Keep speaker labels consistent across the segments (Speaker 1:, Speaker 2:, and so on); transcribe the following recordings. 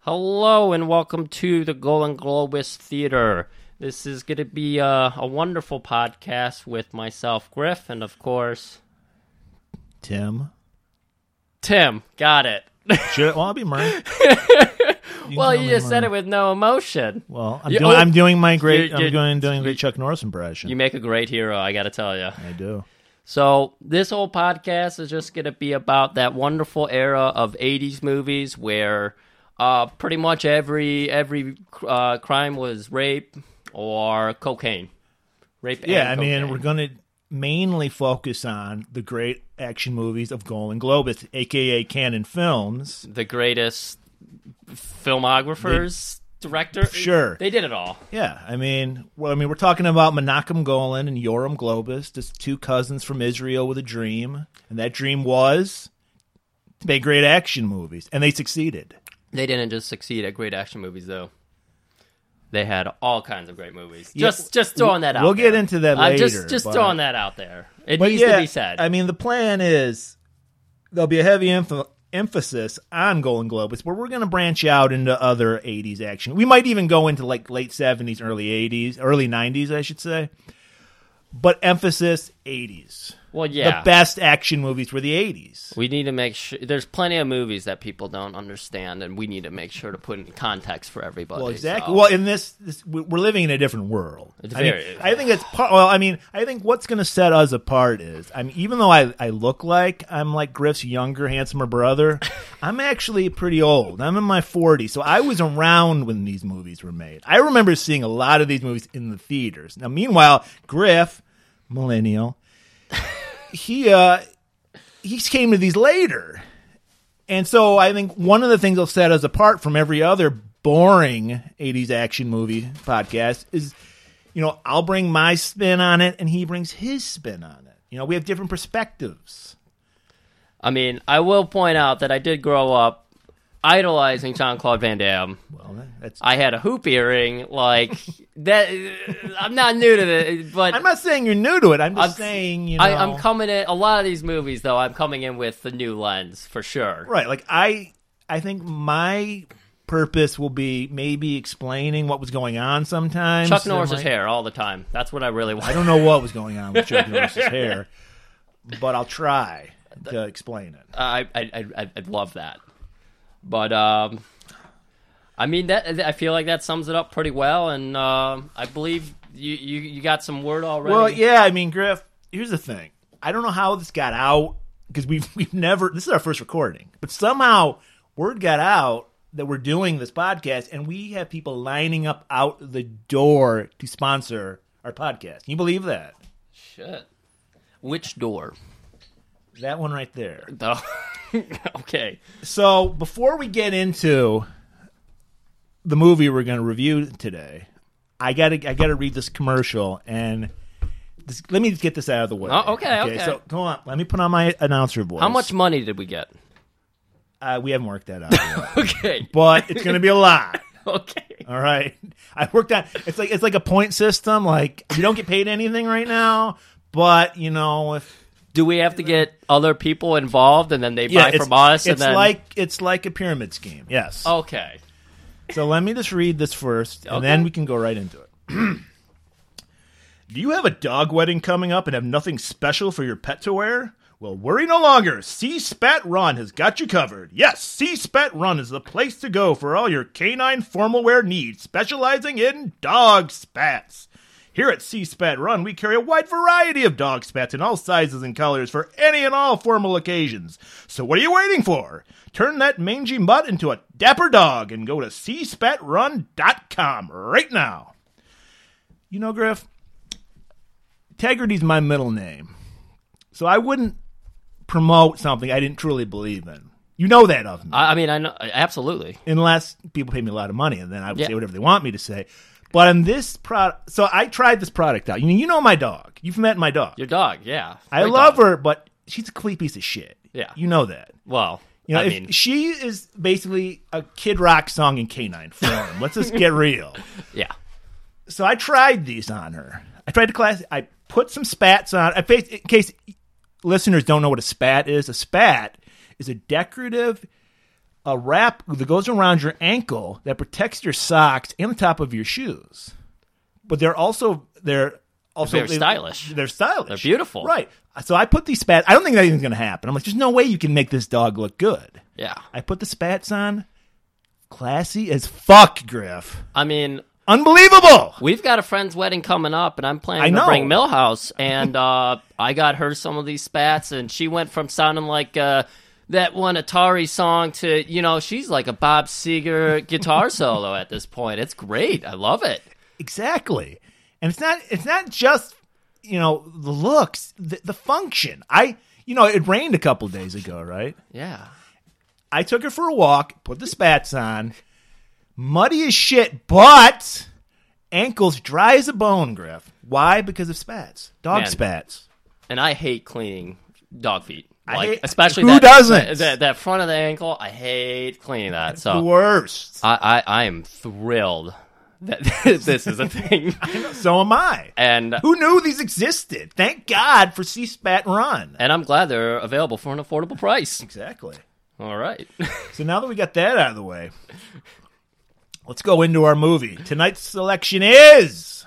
Speaker 1: Hello and welcome to the Golden Globus Theater. This is going to be a, a wonderful podcast with myself, Griff, and of course,
Speaker 2: Tim.
Speaker 1: Tim. Got it.
Speaker 2: Should it, well, I'll be Murray. You can
Speaker 1: Well,
Speaker 2: call me
Speaker 1: you just said
Speaker 2: Murray.
Speaker 1: it with no emotion.
Speaker 2: Well, I'm
Speaker 1: You-
Speaker 2: doing.
Speaker 1: oh,
Speaker 2: I'm doing my great.
Speaker 1: you- you-
Speaker 2: I'm doing doing a great Chuck Norris impression.
Speaker 1: You make a great hero, I got to tell you.
Speaker 2: I do.
Speaker 1: So, this whole podcast is just going to be about that wonderful era of 80s movies where uh, pretty much every every uh, crime was rape or cocaine. Rape
Speaker 2: Yeah, I
Speaker 1: and
Speaker 2: mean,
Speaker 1: cocaine.
Speaker 2: we're going to mainly focus on the great action movies of Golden Globus, aka Canon Films.
Speaker 1: the greatest filmographers, director.
Speaker 2: Sure.
Speaker 1: they did it all.
Speaker 2: Yeah, I mean, well, I mean, we're talking about Menachem Golan and Yoram Globus, just two cousins from Israel with a dream, and that dream was to make great action movies, and they succeeded.
Speaker 1: They didn't just succeed at great action movies, though. They had all kinds of great movies.
Speaker 2: Yeah,
Speaker 1: just, just throwing that out.
Speaker 2: we'll get
Speaker 1: there.
Speaker 2: into that
Speaker 1: I'm
Speaker 2: later,
Speaker 1: just, just
Speaker 2: but-
Speaker 1: throwing that out there. It
Speaker 2: But
Speaker 1: needs
Speaker 2: yeah,
Speaker 1: to be said.
Speaker 2: I mean, the plan is there'll be a heavy emph- emphasis on Golden Globus, but we're going to branch out into other 80s action. We might even go into like late 70s, early 80s, early 90s, I should say. But emphasis 80s.
Speaker 1: well, yeah,
Speaker 2: The best action movies were the 80s.
Speaker 1: we need to make sure. There's plenty of movies that people don't understand, and we need to make sure to put in context for everybody.
Speaker 2: Well, exactly.
Speaker 1: so-
Speaker 2: Well, in this, this, we- we're living in a different world.
Speaker 1: It's
Speaker 2: I, mean,
Speaker 1: very-
Speaker 2: I think it's part. Well, I mean, I think what's going to set us apart is, I mean, even though I, I look like I'm like Griff's younger, handsomer brother, I'm actually pretty old. I'm in my 40s, so I was around when these movies were made. I remember seeing a lot of these movies in the theaters. Now, meanwhile, Griff, millennial, he uh, he came to these later. And so I think one of the things that'll set us apart from every other boring 80s action movie podcast is, you know, I'll bring my spin on it and he brings his spin on it. You know, we have different perspectives.
Speaker 1: I mean, I will point out that I did grow up idolizing Jean Claude Van Damme.
Speaker 2: Well, that's.
Speaker 1: I had a hoop earring, like that. I'm not new to this, but
Speaker 2: I'm not saying you're new to it. I'm just
Speaker 1: I'm-
Speaker 2: saying, you know.
Speaker 1: I, I'm coming in a lot of these movies, though. I'm coming in with the new lens for sure.
Speaker 2: Right. Like I I think my purpose will be maybe explaining what was going on sometimes.
Speaker 1: Chuck
Speaker 2: And,
Speaker 1: Norris's
Speaker 2: like,
Speaker 1: hair all the time. That's what I really
Speaker 2: I
Speaker 1: want.
Speaker 2: don't know what was going on with Chuck Norris's hair, but I'll try to explain it.
Speaker 1: I I I I'd- I'd love that. But um, I mean that I feel like that sums it up pretty well, and um I believe you, you you got some word already.
Speaker 2: Well, yeah, I mean, Griff. Here's the thing. I don't know how this got out because we've we've never. This is our first recording, but somehow word got out that we're doing this podcast, and we have people lining up out the door to sponsor our podcast. Can you believe that?
Speaker 1: Shit. Which door?
Speaker 2: That one right there.
Speaker 1: Oh. okay.
Speaker 2: So before we get into the movie we're going to review today, I gotta I gotta read this commercial and. This, let me just get this out of the way.
Speaker 1: Oh, okay, okay.
Speaker 2: So, come on. Let me put on my announcer voice.
Speaker 1: How much money did we get?
Speaker 2: Uh, we haven't worked that out, yet.
Speaker 1: Okay.
Speaker 2: but it's going to be a lot.
Speaker 1: Okay.
Speaker 2: All right, I worked out. It's like it's like a point system. Like you don't get paid anything right now, but you know if
Speaker 1: Do we have to get other people involved and then they
Speaker 2: yeah,
Speaker 1: buy
Speaker 2: uh, it's,
Speaker 1: from us?
Speaker 2: it's
Speaker 1: and then, Oh.
Speaker 2: like it's like a pyramid scheme. Yes.
Speaker 1: okay,
Speaker 2: So let me just read this first, and then
Speaker 1: Okay.
Speaker 2: we can go right into it. Do you have a dog wedding coming up and have nothing special for your pet to wear? Well, worry no longer. C Spat Run has got you covered. Yes, C Spat Run is the place to go for all your canine formal wear needs, specializing in dog spats. Here at C Spat Run, we carry a wide variety of dog spats in all sizes and colors for any and all formal occasions. So what are you waiting for? Turn that mangy mutt into a dapper dog and go to cspatrun.com right now. You know, Griff, Integrity's my middle name. So I wouldn't promote something I didn't truly believe in. You know that of me.
Speaker 1: I, I mean, I know absolutely.
Speaker 2: Unless people pay me a lot of money and then I would
Speaker 1: Yeah.
Speaker 2: say whatever they want me to say. But on this product, so I tried this product out. You know, you know my dog. You've met my dog.
Speaker 1: Your dog, yeah,
Speaker 2: I
Speaker 1: Great
Speaker 2: love
Speaker 1: dog.
Speaker 2: her, but she's a complete piece of shit.
Speaker 1: Yeah.
Speaker 2: You know that.
Speaker 1: Well,
Speaker 2: You know,
Speaker 1: I
Speaker 2: if-
Speaker 1: mean,
Speaker 2: she is basically a Kid Rock song in canine form. Let's just get real.
Speaker 1: yeah,
Speaker 2: So I tried these on her. I tried to class. I put some spats on. I fa- in case listeners don't know what a spat is, a spat is a decorative a wrap that goes around your ankle that protects your socks and the top of your shoes. But they're also they're also
Speaker 1: They're stylish.
Speaker 2: They're stylish. They're
Speaker 1: beautiful.
Speaker 2: Right. So I put these spats. I don't think that even going to happen. I'm like, there's no way you can make this dog look good.
Speaker 1: Yeah.
Speaker 2: I put the spats on. Classy as fuck, Griff.
Speaker 1: I mean,
Speaker 2: Unbelievable.
Speaker 1: We've got a friend's wedding coming up, and I'm
Speaker 2: I
Speaker 1: planning to
Speaker 2: know.
Speaker 1: bring Millhouse. And uh, I got her some of these spats, and she went from sounding like uh, that one Atari song to, you know, she's like a Bob Seger guitar solo at this point. It's great. I love it.
Speaker 2: Exactly. And it's not it's not just you know the looks, the, the function. I you know it rained a couple days ago, right?
Speaker 1: Yeah.
Speaker 2: I took her for a walk, put the spats on, muddy as shit, but ankles dry as a bone, Griff. Why? Because of spats, dog
Speaker 1: Man.
Speaker 2: spats.
Speaker 1: And I hate cleaning dog feet. Like,
Speaker 2: hate-
Speaker 1: especially
Speaker 2: who
Speaker 1: that,
Speaker 2: doesn't?
Speaker 1: That, that front of the ankle. I hate cleaning that. So
Speaker 2: Worst.
Speaker 1: I, I, I am thrilled that this is a thing.
Speaker 2: So am I.
Speaker 1: And
Speaker 2: Who knew these existed? Thank God for C Spat Run.
Speaker 1: and I'm glad they're available for an affordable price.
Speaker 2: Exactly.
Speaker 1: All right.
Speaker 2: So now that we got that out of the way, let's go into our movie. Tonight's selection is.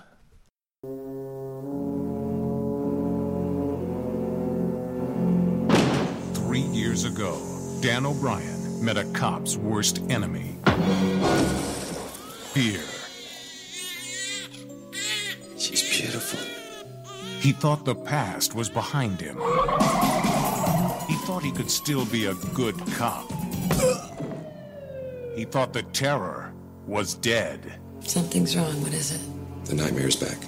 Speaker 3: Three years ago, Dan O'Brien met a cop's worst enemy fear.
Speaker 4: She's beautiful.
Speaker 3: He thought the past was behind him. He thought he could still be a good cop. He thought the terror was dead.
Speaker 5: Something's wrong. What is it?
Speaker 4: The nightmare's back.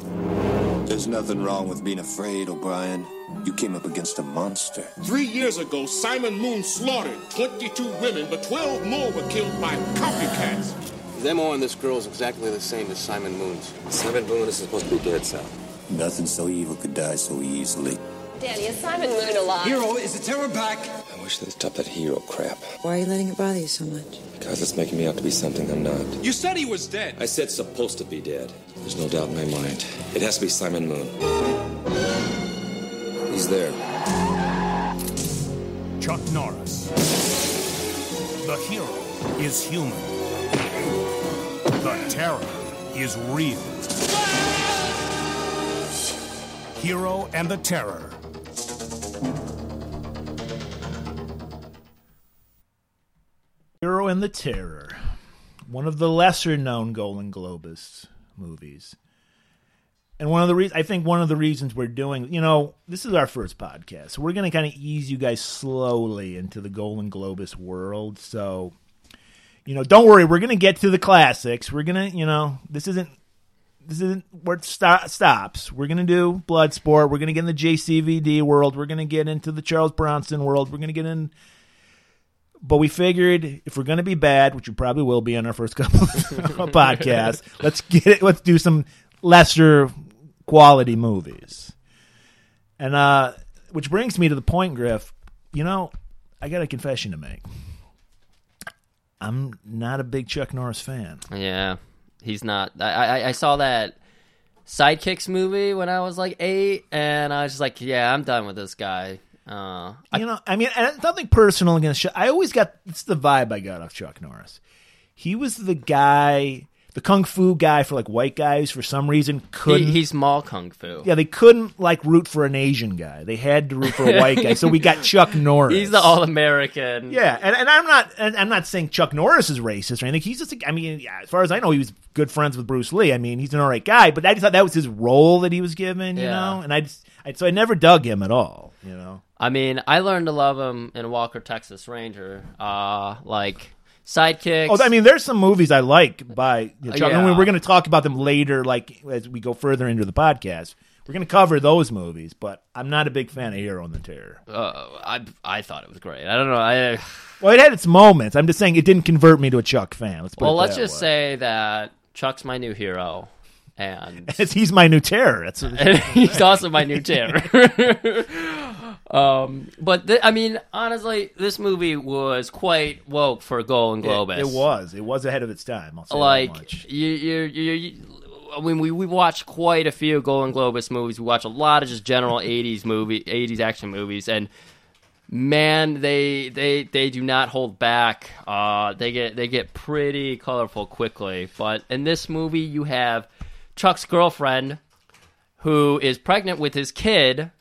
Speaker 6: There's nothing wrong with being afraid, O'Brien. You came up against a monster.
Speaker 7: Three years ago, Simon Moon slaughtered 22 women, but 12 more were killed by copycats.
Speaker 8: Them on this girl is exactly the same as Simon Moon's.
Speaker 4: Simon Boone is supposed to be dead, Sal.
Speaker 6: Nothing so evil could die so easily.
Speaker 9: Danny, is Simon Moon alive?
Speaker 4: I wish they'd stop that hero crap.
Speaker 5: Why are you letting it bother you so much?
Speaker 4: Because it's making me out to be something I'm not.
Speaker 7: You said he was dead.
Speaker 4: I said supposed to be dead. There's no doubt in my mind. It has to be Simon Moon. He's there.
Speaker 3: Chuck Norris. The hero is human. The terror is real. Hero and the Terror.
Speaker 2: Hero and the Terror, one of the lesser known Golden Globus movies. And one of the reasons I think one of the reasons we're doing, you know, this is our first podcast. So we're going to kind of ease you guys slowly into the Golden Globus world. So, you know, don't worry, we're going to get to the classics. We're going to, you know, this isn't this isn't where it sto- stops. We're going to do Bloodsport. We're going to get in the JCVD world. We're going to get into the Charles Bronson world. We're going to get in but we figured if we're going to be bad, which we probably will be on our first couple of podcasts, let's get it. Let's do some lesser quality movies. And uh, which brings me to the point, Griff. You know, I got a confession to make. I'm not a big Chuck Norris fan.
Speaker 1: Yeah, he's not. I, I I saw that Sidekicks movie when I was like eight, and I was just like, yeah, I'm done with this guy. Uh,
Speaker 2: you know, I mean, and it's nothing personal against Chuck. I always got it's the vibe I got off Chuck Norris. He was the guy, the kung fu guy for like white guys for some reason
Speaker 1: he,
Speaker 2: couldn't.
Speaker 1: he's mall kung fu.
Speaker 2: Yeah, they couldn't like root for an Asian guy. They had to root for a white guy. So we got Chuck Norris.
Speaker 1: He's the all American.
Speaker 2: Yeah, and, and I'm not and I'm not saying Chuck Norris is racist or anything. He's just a, I mean, yeah, as far as I know, he was good friends with Bruce Lee. I mean, he's an all right guy, but I just thought that was his role that he was given, you
Speaker 1: Yeah.
Speaker 2: know. And I just I, so I never dug him at all, you know.
Speaker 1: I mean, I learned to love him in Walker Texas Ranger. Uh, like Sidekicks.
Speaker 2: Oh, I mean, there's some movies I like by you know, Chuck.
Speaker 1: Yeah.
Speaker 2: And we're going to talk about them later, like as we go further into the podcast. We're going to cover those movies, but I'm not a big fan of Hero and the Terror.
Speaker 1: uh, I I thought it was great. I don't know. I
Speaker 2: Well, it had its moments. I'm just saying it didn't convert me to a Chuck fan. Let's put
Speaker 1: well,
Speaker 2: it
Speaker 1: let's
Speaker 2: that
Speaker 1: just
Speaker 2: way.
Speaker 1: say that Chuck's my new hero, and
Speaker 2: It's- he's my new terror. That's
Speaker 1: and he's also my new terror. um, but th- I mean, honestly, this movie was quite woke for Golden Globus.
Speaker 2: It, it was. It was ahead of its time. I'll say that much.
Speaker 1: like you, you, you, you. I mean, we we watched quite a few Golden Globus movies. We watch a lot of just general '80s movie, '80s action movies, and man, they they they do not hold back. Uh, they get they get pretty colorful quickly. But in this movie, you have Chuck's girlfriend who is pregnant with his kid,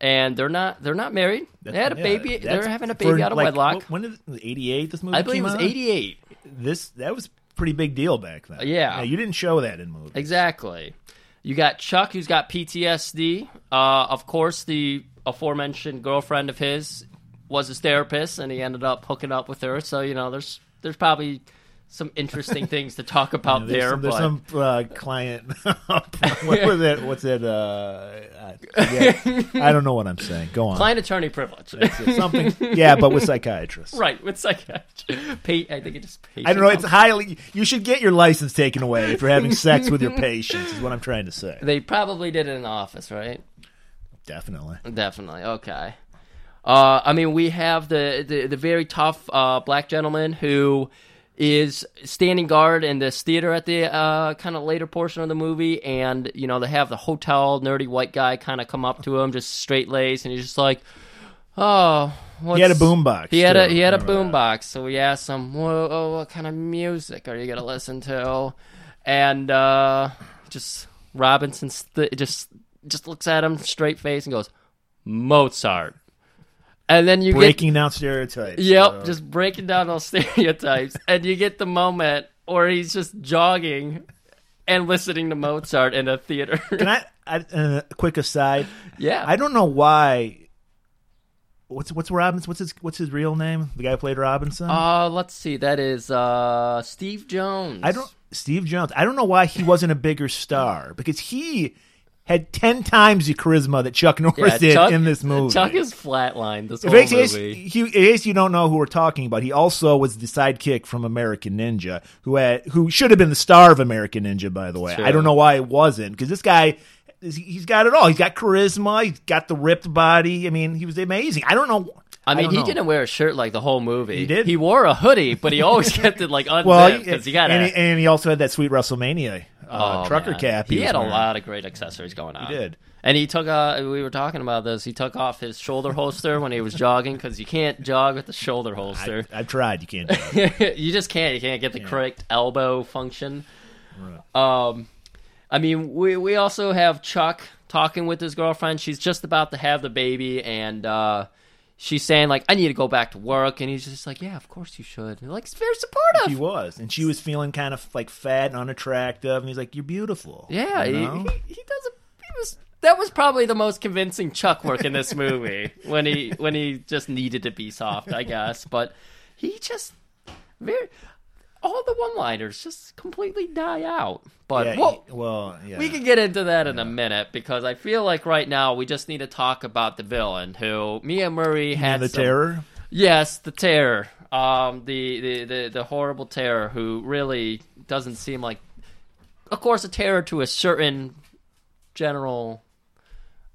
Speaker 1: and they're not they're not married. they had a
Speaker 2: Yeah,
Speaker 1: baby.
Speaker 2: that's
Speaker 1: They're having a
Speaker 2: for,
Speaker 1: baby out of
Speaker 2: like,
Speaker 1: wedlock.
Speaker 2: wh- When did eighty eight? This movie
Speaker 1: I believe it
Speaker 2: came
Speaker 1: was
Speaker 2: out?
Speaker 1: eighty eight.
Speaker 2: This that was a pretty big deal back then.
Speaker 1: Yeah.
Speaker 2: you didn't show that in movies.
Speaker 1: Exactly. You got Chuck, who's got PTSD. Uh, of course, the aforementioned girlfriend of his was his therapist, and he ended up hooking up with her. So you know, there's there's probably some interesting things to talk about
Speaker 2: There's
Speaker 1: there.
Speaker 2: some, there's
Speaker 1: but
Speaker 2: some uh, client. what was it? What's it? Uh, I, forget. I don't know what I'm saying. Go on.
Speaker 1: client attorney privilege,
Speaker 2: Something. Yeah, but with psychiatrists.
Speaker 1: right? With psychiatry, pa- I think it just
Speaker 2: I don't know. It's
Speaker 1: patient-
Speaker 2: highly. You should get your license taken away if you're having sex with your patients. Is what I'm trying to say.
Speaker 1: they probably did it in the office, right?
Speaker 2: Definitely.
Speaker 1: Definitely. Okay. Uh, I mean, we have the, the, the very tough uh, black gentleman who is standing guard in this theater at the uh, kind of later portion of the movie. And, you know, they have the hotel nerdy white guy kind of come up to him, just straight laced. And he's just like, oh,
Speaker 2: He had a
Speaker 1: what's-
Speaker 2: boombox.
Speaker 1: He had a
Speaker 2: too.
Speaker 1: he had a
Speaker 2: Remember that.
Speaker 1: boombox, so we asked him, "Whoa, oh, what kind of music are you gonna listen to?" And uh, just Robinson st- just just looks at him straight face and goes, "Mozart." And then you get
Speaker 2: breaking down stereotypes.
Speaker 1: Yep,
Speaker 2: so-
Speaker 1: just breaking down all stereotypes. and you get the moment where he's just jogging and listening to Mozart in a theater.
Speaker 2: Can I? I uh, quick aside.
Speaker 1: yeah.
Speaker 2: I don't know why. What's what's Robbins? What's his what's his real name? The guy who played Robinson.
Speaker 1: uh, let's see. That is uh, Steve Jones.
Speaker 2: I don't. Steve Jones. I don't know why he wasn't a bigger star because he had ten times the charisma that Chuck Norris
Speaker 1: Yeah,
Speaker 2: did
Speaker 1: Chuck-
Speaker 2: in this movie.
Speaker 1: Chuck is flatlined this
Speaker 2: If
Speaker 1: whole
Speaker 2: in case,
Speaker 1: movie.
Speaker 2: you, in case you don't know who we're talking about, he also was the sidekick from American Ninja, who had, who should have been the star of American Ninja. By the way,
Speaker 1: Sure.
Speaker 2: I don't know why it wasn't because this guy, he's got it all. He's got charisma. He's got the ripped body. I mean, he was amazing. I don't know.
Speaker 1: I mean,
Speaker 2: don't
Speaker 1: he
Speaker 2: know.
Speaker 1: didn't wear a shirt like the whole movie. He
Speaker 2: didn't.
Speaker 1: He wore a hoodie, but he always kept it like unzipped
Speaker 2: Well,
Speaker 1: because he got
Speaker 2: and, he,
Speaker 1: a
Speaker 2: and he also had that sweet WrestleMania uh,
Speaker 1: Oh,
Speaker 2: trucker
Speaker 1: man.
Speaker 2: cap.
Speaker 1: He,
Speaker 2: was
Speaker 1: had a
Speaker 2: wearing.
Speaker 1: lot of great accessories going on.
Speaker 2: did.
Speaker 1: And he took. Uh, we were talking about this. He took off his shoulder holster when he was jogging because you can't jog with the shoulder holster.
Speaker 2: I've tried. You can't. do it.
Speaker 1: you just can't. You can't get the correct elbow function. Um, I mean, we we also have Chuck talking with his girlfriend. She's just about to have the baby, and uh, she's saying like, "I need to go back to work," and he's just like, "Yeah, of course you should." And, like, it's very
Speaker 2: He
Speaker 1: supportive.
Speaker 2: was, and she was feeling kind of like fat and unattractive, and he's like, "You're beautiful."
Speaker 1: Yeah,
Speaker 2: you
Speaker 1: he,
Speaker 2: know?
Speaker 1: he, he does. A, he was. That was probably the most convincing Chuck work in this movie when he when he just needed to be soft, I guess. But he just very all the one liners just completely die out. But
Speaker 2: Yeah,
Speaker 1: well,
Speaker 2: he- well, yeah.
Speaker 1: We can get into that in a minute because I feel like right now we just need to talk about the villain who Mia Murray had
Speaker 2: and the
Speaker 1: some-
Speaker 2: terror.
Speaker 1: Yes, the terror. Um, the, the, the, the horrible terror who really doesn't seem like, of course, a terror to a certain general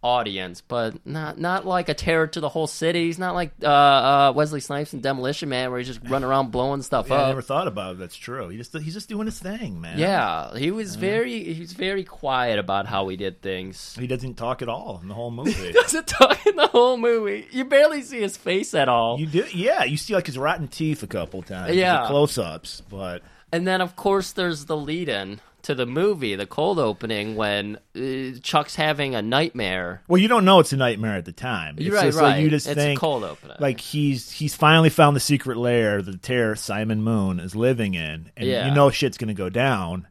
Speaker 1: audience, but not not like a terror to the whole city. He's not like uh, uh, Wesley Snipes in Demolition Man where he's just running around blowing stuff
Speaker 2: Yeah, I
Speaker 1: up.
Speaker 2: never thought about it. That's true. He just he's just doing his thing, man.
Speaker 1: yeah, he was very he was very quiet about how he did things.
Speaker 2: He doesn't talk at all in the whole movie.
Speaker 1: doesn't talk in the whole movie. You barely see his face at all.
Speaker 2: you do, yeah. You see like his rotten teeth a couple times.
Speaker 1: Yeah.
Speaker 2: close ups, but
Speaker 1: and then, of course, there's the lead in to the movie, the cold opening, when uh, Chuck's having a nightmare.
Speaker 2: well, you don't know it's a nightmare at the time.
Speaker 1: You're
Speaker 2: it's
Speaker 1: right,
Speaker 2: just like
Speaker 1: right.
Speaker 2: you just
Speaker 1: It's a
Speaker 2: think
Speaker 1: cold opener.
Speaker 2: Like he's he's finally found the secret lair the terror Simon Moon is living in, and
Speaker 1: Yeah.
Speaker 2: you know shit's gonna go down.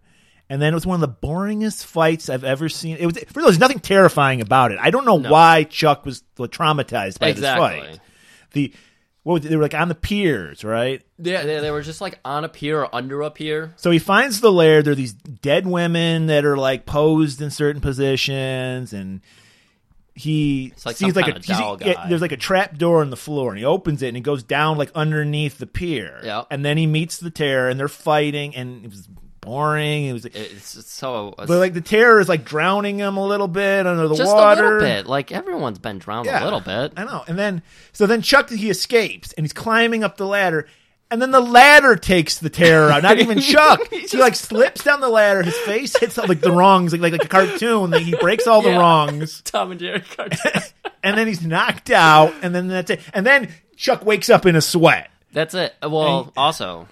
Speaker 2: And then it was one of the boringest fights I've ever seen. It was for real, there's nothing terrifying about it. I don't know why Chuck was traumatized by this
Speaker 1: Exactly.
Speaker 2: fight. The what was it? they were like on the piers, right?
Speaker 1: Yeah, they, they were just like on a pier or under a pier.
Speaker 2: So he finds the lair. There are these dead women that are like posed in certain positions, and he
Speaker 1: like
Speaker 2: sees
Speaker 1: some kind
Speaker 2: like a
Speaker 1: of doll
Speaker 2: he's- yeah,
Speaker 1: guy.
Speaker 2: there's like a trap door in the floor, and he opens it and it goes down like underneath the pier.
Speaker 1: Yep.
Speaker 2: And then he meets the terror, and they're fighting, and it was boring. It was,
Speaker 1: It's, it's so.
Speaker 2: but like the terror is like drowning him a little bit under the
Speaker 1: just
Speaker 2: water.
Speaker 1: a little bit. Like everyone's been drowned
Speaker 2: Yeah,
Speaker 1: a little bit.
Speaker 2: I know. And then so then Chuck he escapes and he's climbing up the ladder. And then the ladder takes the terror out. Not even Chuck. he like slips down the ladder. His face hits like the wrongs, like like, like a cartoon. Like, he breaks all the
Speaker 1: Yeah.
Speaker 2: wrongs.
Speaker 1: Tom and Jerry cartoon.
Speaker 2: and then he's knocked out, and then that's it. And then Chuck wakes up in a sweat.
Speaker 1: That's it. Well, also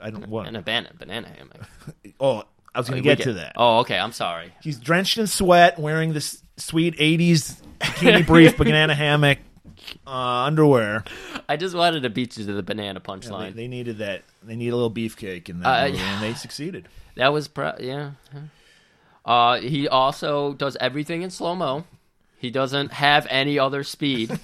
Speaker 2: I don't
Speaker 1: an
Speaker 2: want.
Speaker 1: banana banana hammock.
Speaker 2: Oh, I was going
Speaker 1: We
Speaker 2: to get to that.
Speaker 1: Oh, okay. I'm sorry.
Speaker 2: He's drenched in sweat, wearing this sweet '80s bikini brief, banana hammock uh, underwear.
Speaker 1: I just wanted to beat you to the banana punchline.
Speaker 2: They, they needed that. They need a little beefcake in that,
Speaker 1: Uh,
Speaker 2: movie,
Speaker 1: yeah.
Speaker 2: and they succeeded.
Speaker 1: that was pro- yeah. Uh, he also does everything in slow mo. He doesn't have any other speed.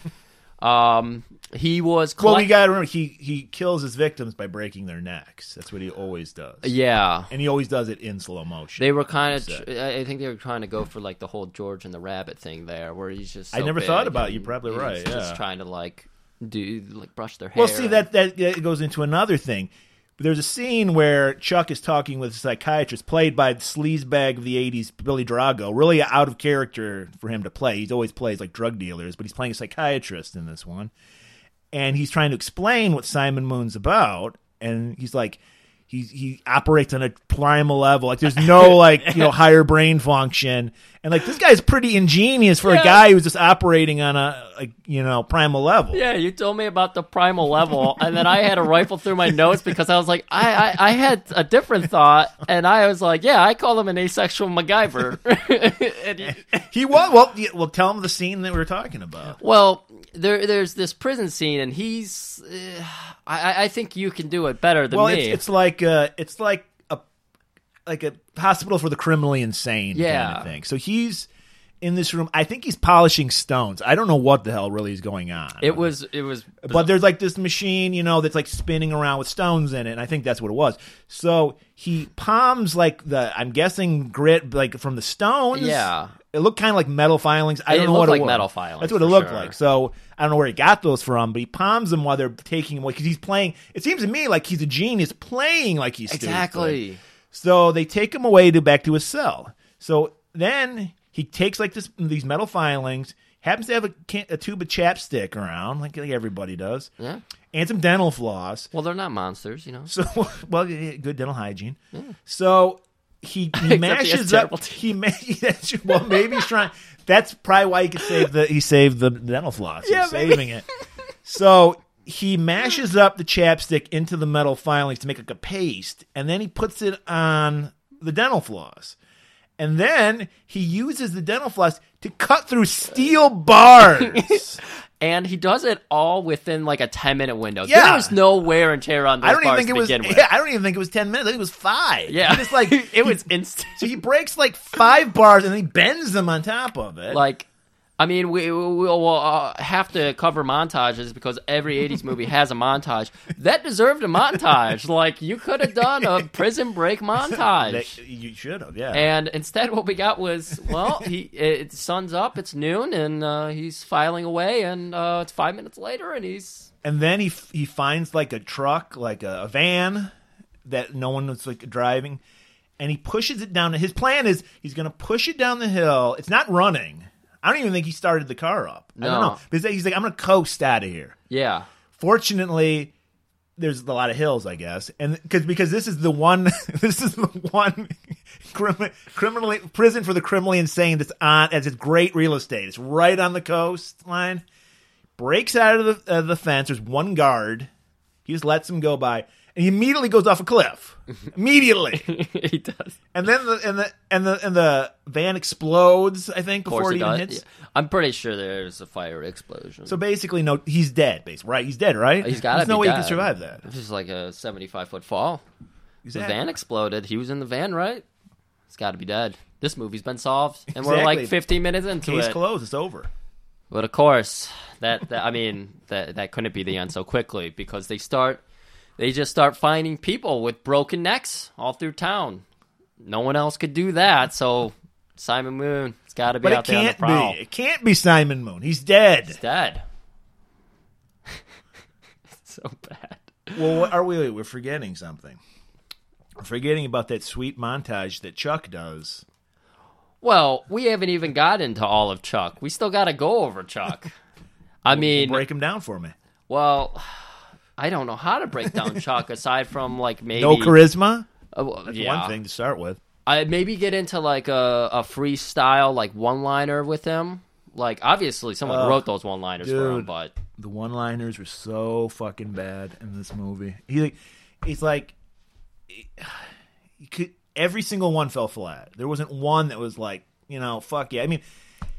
Speaker 1: um, he was
Speaker 2: Well,
Speaker 1: collect-
Speaker 2: we got to remember he he kills his victims by breaking their necks. That's what he always does.
Speaker 1: yeah.
Speaker 2: and he always does it in slow motion.
Speaker 1: They were kind of.
Speaker 2: So-
Speaker 1: I I think they were trying to go for like the whole George and the Rabbit thing there, where he's just.
Speaker 2: I
Speaker 1: so
Speaker 2: never thought
Speaker 1: big
Speaker 2: about it.
Speaker 1: and
Speaker 2: You're probably
Speaker 1: he's
Speaker 2: right,
Speaker 1: Just
Speaker 2: yeah.
Speaker 1: trying to like do like brush their hair.
Speaker 2: Well, see
Speaker 1: and-
Speaker 2: that that that goes into another thing. There's a scene where Chuck is talking with a psychiatrist, played by the sleazebag of the '80s, Billy Drago. Really out of character for him to play. He always plays like drug dealers, but he's playing a psychiatrist in this one. And he's trying to explain what Simon Moon's about, and he's like, he he operates on a primal level. Like there's no like you know higher brain function, and like this guy's pretty ingenious for a
Speaker 1: Yeah.
Speaker 2: guy who's just operating on a, a you know primal level.
Speaker 1: Yeah, you told me about the primal level, and then I had to rifle through my notes because I was like, I, I, I had a different thought, and I was like, yeah, I call him an asexual MacGyver. And he-
Speaker 2: He was well. Yeah, well, tell him the scene that we were talking about.
Speaker 1: well, there, there's this prison scene, and he's. Uh, I, I- I think you can do it better than
Speaker 2: Well,
Speaker 1: me.
Speaker 2: it's, it's like uh, it's like a like a hospital for the criminally insane kind
Speaker 1: Yeah.
Speaker 2: of thing. So he's in this room. I think he's polishing stones. I don't know what the hell really is going on.
Speaker 1: it was. It was.
Speaker 2: but there's like this machine, you know, that's like spinning around with stones in it, and I think that's what it was. So he palms like the, I'm guessing grit like from the stones.
Speaker 1: Yeah.
Speaker 2: it looked kind of like metal filings. I
Speaker 1: It
Speaker 2: don't know
Speaker 1: looked
Speaker 2: what
Speaker 1: like
Speaker 2: it was.
Speaker 1: metal filings,
Speaker 2: That's what it
Speaker 1: for
Speaker 2: looked
Speaker 1: sure.
Speaker 2: like. So I don't know where he got those from, but he palms them while they're taking him away because he's playing. It seems to me like he's a genius playing like he's stupid.
Speaker 1: Exactly.
Speaker 2: So they take him away to back to his cell. So then he takes like this these metal filings, happens to have a, can, a tube of chapstick around, like, like everybody does,
Speaker 1: Yeah.
Speaker 2: and some dental floss.
Speaker 1: Well, they're not monsters, you know.
Speaker 2: So well, yeah, good dental hygiene. So he he
Speaker 1: he has
Speaker 2: mashes
Speaker 1: terrible
Speaker 2: up. He ma- that's- well, maybe he's trying. That's probably why he could save the he saved the dental floss. Yeah, he's
Speaker 1: maybe.
Speaker 2: saving it. So he mashes up the chapstick into the metal filings to make like a paste, and then he puts it on the dental floss. And then he uses the dental floss to cut through steel bars.
Speaker 1: And he does it all within like a ten minute window.
Speaker 2: Yeah.
Speaker 1: There was no wear and tear on those
Speaker 2: I don't even
Speaker 1: bars
Speaker 2: think
Speaker 1: to
Speaker 2: it was.
Speaker 1: begin with.
Speaker 2: Yeah, I don't even think it was ten minutes. I think it was five.
Speaker 1: Yeah.
Speaker 2: He just like he-
Speaker 1: it was instant.
Speaker 2: So he breaks like five bars and then he bends them on top of it.
Speaker 1: like I mean, we we- we'll uh, have to cover montages because every '80s movie has a montage that deserved a montage. like you could have done a prison break
Speaker 2: That-
Speaker 1: montage,
Speaker 2: you should have, yeah.
Speaker 1: and instead, what we got was well, he it sun's up, it's noon, and uh, he's filing away, and uh, it's five minutes later, and he's
Speaker 2: And then he f- he finds like a truck, like a, a van that no one was like driving, and he pushes it down. His plan is he's going to push it down the hill. It's not running. I don't even think he started the car up. I don't
Speaker 1: No.
Speaker 2: know. But he's like, I'm going to coast out of here.
Speaker 1: yeah,
Speaker 2: fortunately there's a lot of hills i guess and because because this is the one this is the one crim, criminally prison for the criminally insane that's on as it's great real estate it's right on the coastline breaks out of the, uh, the fence there's one guard he just lets him go by and he immediately goes off a cliff immediately
Speaker 1: he does.
Speaker 2: and then the and the and the and the van explodes i think
Speaker 1: Of course,
Speaker 2: before it
Speaker 1: he
Speaker 2: even
Speaker 1: does.
Speaker 2: hits
Speaker 1: Yeah. I'm pretty sure there's a fire explosion.
Speaker 2: so basically no he's dead basically right he's dead right
Speaker 1: he's got to
Speaker 2: there's
Speaker 1: be
Speaker 2: no way
Speaker 1: dead.
Speaker 2: he can survive that
Speaker 1: It's just like a 75 foot fall. The
Speaker 2: Exactly.
Speaker 1: van exploded. He was in the van, right? He's got to be dead. This movie's been solved, and we're
Speaker 2: Exactly.
Speaker 1: like 15 minutes into
Speaker 2: Case
Speaker 1: it.
Speaker 2: closed. It's over.
Speaker 1: But of course, that, that I mean, that that couldn't be the end so quickly because they start, they just start finding people with broken necks all through town. No one else could do that, so Simon Moon, it's got to be
Speaker 2: But
Speaker 1: out
Speaker 2: it
Speaker 1: there on the
Speaker 2: can't
Speaker 1: prowl.
Speaker 2: be. It can't be Simon Moon. He's dead.
Speaker 1: He's dead. so bad.
Speaker 2: well, what are we? We're forgetting something. We're forgetting about that sweet montage that Chuck does.
Speaker 1: Well, we haven't even got into all of Chuck. We still got to go over Chuck. I mean,
Speaker 2: Break him down for me.
Speaker 1: well, I don't know how to break down Chuck aside from like maybe
Speaker 2: No charisma.
Speaker 1: Uh, well,
Speaker 2: That's
Speaker 1: yeah.
Speaker 2: one thing to start with.
Speaker 1: I maybe get into like a a freestyle like one liner with him, Like, obviously, someone wrote those one liners for him,
Speaker 2: dude.
Speaker 1: but
Speaker 2: The one-liners were so fucking bad in this movie. He, like, he's like, he could every single one fell flat. There wasn't one that was like, you know, fuck yeah. I mean,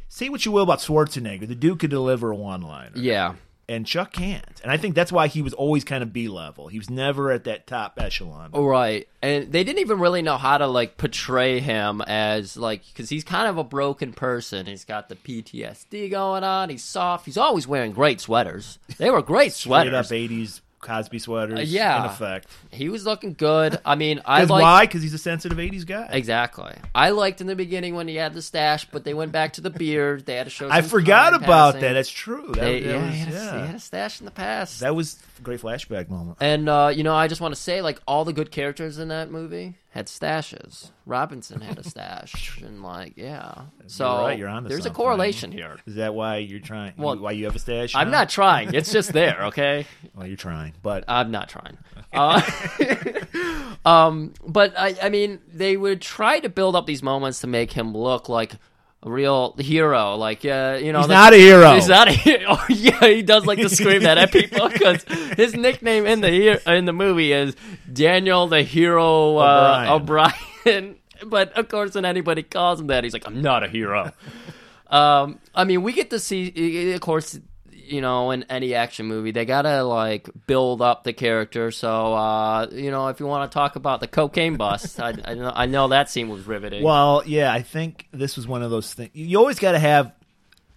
Speaker 2: say what you will about Schwarzenegger, the dude could deliver a one-liner,
Speaker 1: yeah.
Speaker 2: and Chuck can't. And I think that's why he was always kind of B level. He was never at that top echelon.
Speaker 1: Right. And they didn't even really know how to like portray him as like cuz he's kind of a broken person. He's got the PTSD going on. He's soft. He's always wearing great sweaters. They were great
Speaker 2: Straight up
Speaker 1: sweaters.
Speaker 2: '80s Cosby sweaters,
Speaker 1: Uh, yeah.
Speaker 2: in effect.
Speaker 1: He was looking good. I mean, I
Speaker 2: Because
Speaker 1: like
Speaker 2: why? Because he's a sensitive '80s guy.
Speaker 1: Exactly. I liked in the beginning when he had the stash, but they went back to the beard. They had to show
Speaker 2: I
Speaker 1: some
Speaker 2: forgot
Speaker 1: time
Speaker 2: about
Speaker 1: passing.
Speaker 2: that. That's true. That,
Speaker 1: They-
Speaker 2: that
Speaker 1: yeah,
Speaker 2: was,
Speaker 1: he, had a,
Speaker 2: yeah.
Speaker 1: he had a stash in the past.
Speaker 2: That was a great flashback moment.
Speaker 1: And uh, you know, I just want to say, like, all the good characters in that movie had stashes. Robinson had a stash, and like, yeah. So
Speaker 2: right, you're onto
Speaker 1: there's a
Speaker 2: something.
Speaker 1: correlation here.
Speaker 2: Is that why you're trying?
Speaker 1: Well,
Speaker 2: why you have a stash?
Speaker 1: I'm
Speaker 2: now?
Speaker 1: not trying. It's just there, okay?
Speaker 2: Well, you're trying, but
Speaker 1: I'm not trying. Uh, um, but I, I mean, they would try to build up these moments to make him look like a real hero. Like, uh, you know,
Speaker 2: he's
Speaker 1: the-
Speaker 2: not a hero.
Speaker 1: He's not a hero. Oh, yeah, he does like to scream that at people because his nickname in the hero, in the movie is Daniel the Hero uh, O'Brien. But of course, when anybody calls him that, he's like, "I'm not a hero." um, I mean, we get to see, of course, you know, in any action movie, they gotta like build up the character. So, uh, you know, if you want to talk about the cocaine bust, I, I, know, I know that scene was riveting.
Speaker 2: Well, yeah, I think this was one of those things. You always got to have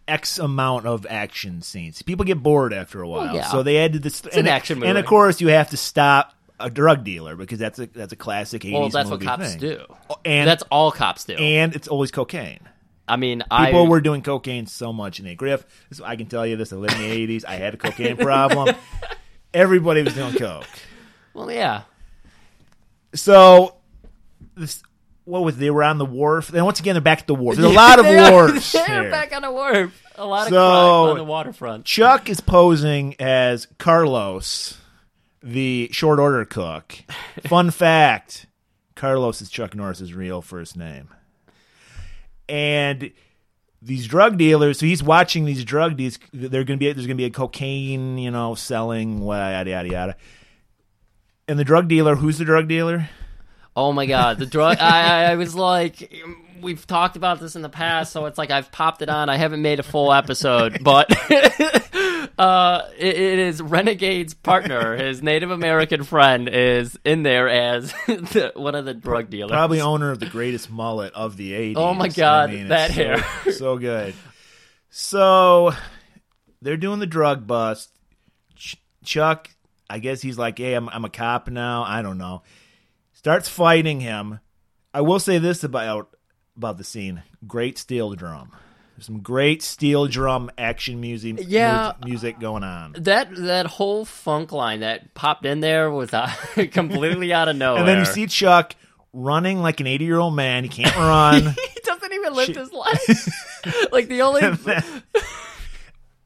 Speaker 2: X amount of action scenes. People get bored after a while,
Speaker 1: yeah.
Speaker 2: so they added this.
Speaker 1: an action movie.
Speaker 2: and of course, you have to stop a drug dealer because that's a that's a classic eighties.
Speaker 1: Well, that's what cops
Speaker 2: thing. Oh,
Speaker 1: do.
Speaker 2: and
Speaker 1: that's all cops do.
Speaker 2: and it's always cocaine.
Speaker 1: I mean,
Speaker 2: People
Speaker 1: I
Speaker 2: were doing cocaine so much in the Griff. This, I can tell you this. I lived in the eighties. I had a cocaine problem. Everybody was doing coke.
Speaker 1: well, yeah.
Speaker 2: So this what was they were on the wharf. Then once again they're back at the wharf. There's a lot of
Speaker 1: They are-
Speaker 2: wharfs.
Speaker 1: They're
Speaker 2: here.
Speaker 1: back on a wharf. A lot of
Speaker 2: So-
Speaker 1: crime on the waterfront.
Speaker 2: Chuck is posing as Carlos, the short order cook. Fun fact Carlos is Chuck Norris's real first name. And these drug dealers, so he's watching these drug deals. They're gonna be there's gonna be a cocaine, you know, selling, wa- yada yada yada. And the drug dealer, who's the drug dealer?
Speaker 1: Oh my god, the drug. I, I, I was like, we've talked about this in the past, so it's like I've popped it on. I haven't made a full episode, but uh, it, it is Renegade's partner, his Native American friend, is in there as the, one of the drug dealers.
Speaker 2: Probably owner of the greatest mullet of the 80s.
Speaker 1: Oh my God,
Speaker 2: it's
Speaker 1: that
Speaker 2: so- So,
Speaker 1: hair.
Speaker 2: good. So they're doing the drug bust. Ch- Chuck, I guess he's like, hey, I'm, I'm a cop now. I don't know. Starts fighting him. I will say this about about the scene great steel drum. There's some great steel drum action music,
Speaker 1: Yeah. Uh,
Speaker 2: mu- music going on.
Speaker 1: That that whole funk line that popped in there was uh, completely out of nowhere.
Speaker 2: And then you see Chuck running like an 80 year old man. He can't run.
Speaker 1: he doesn't even live his life. like the only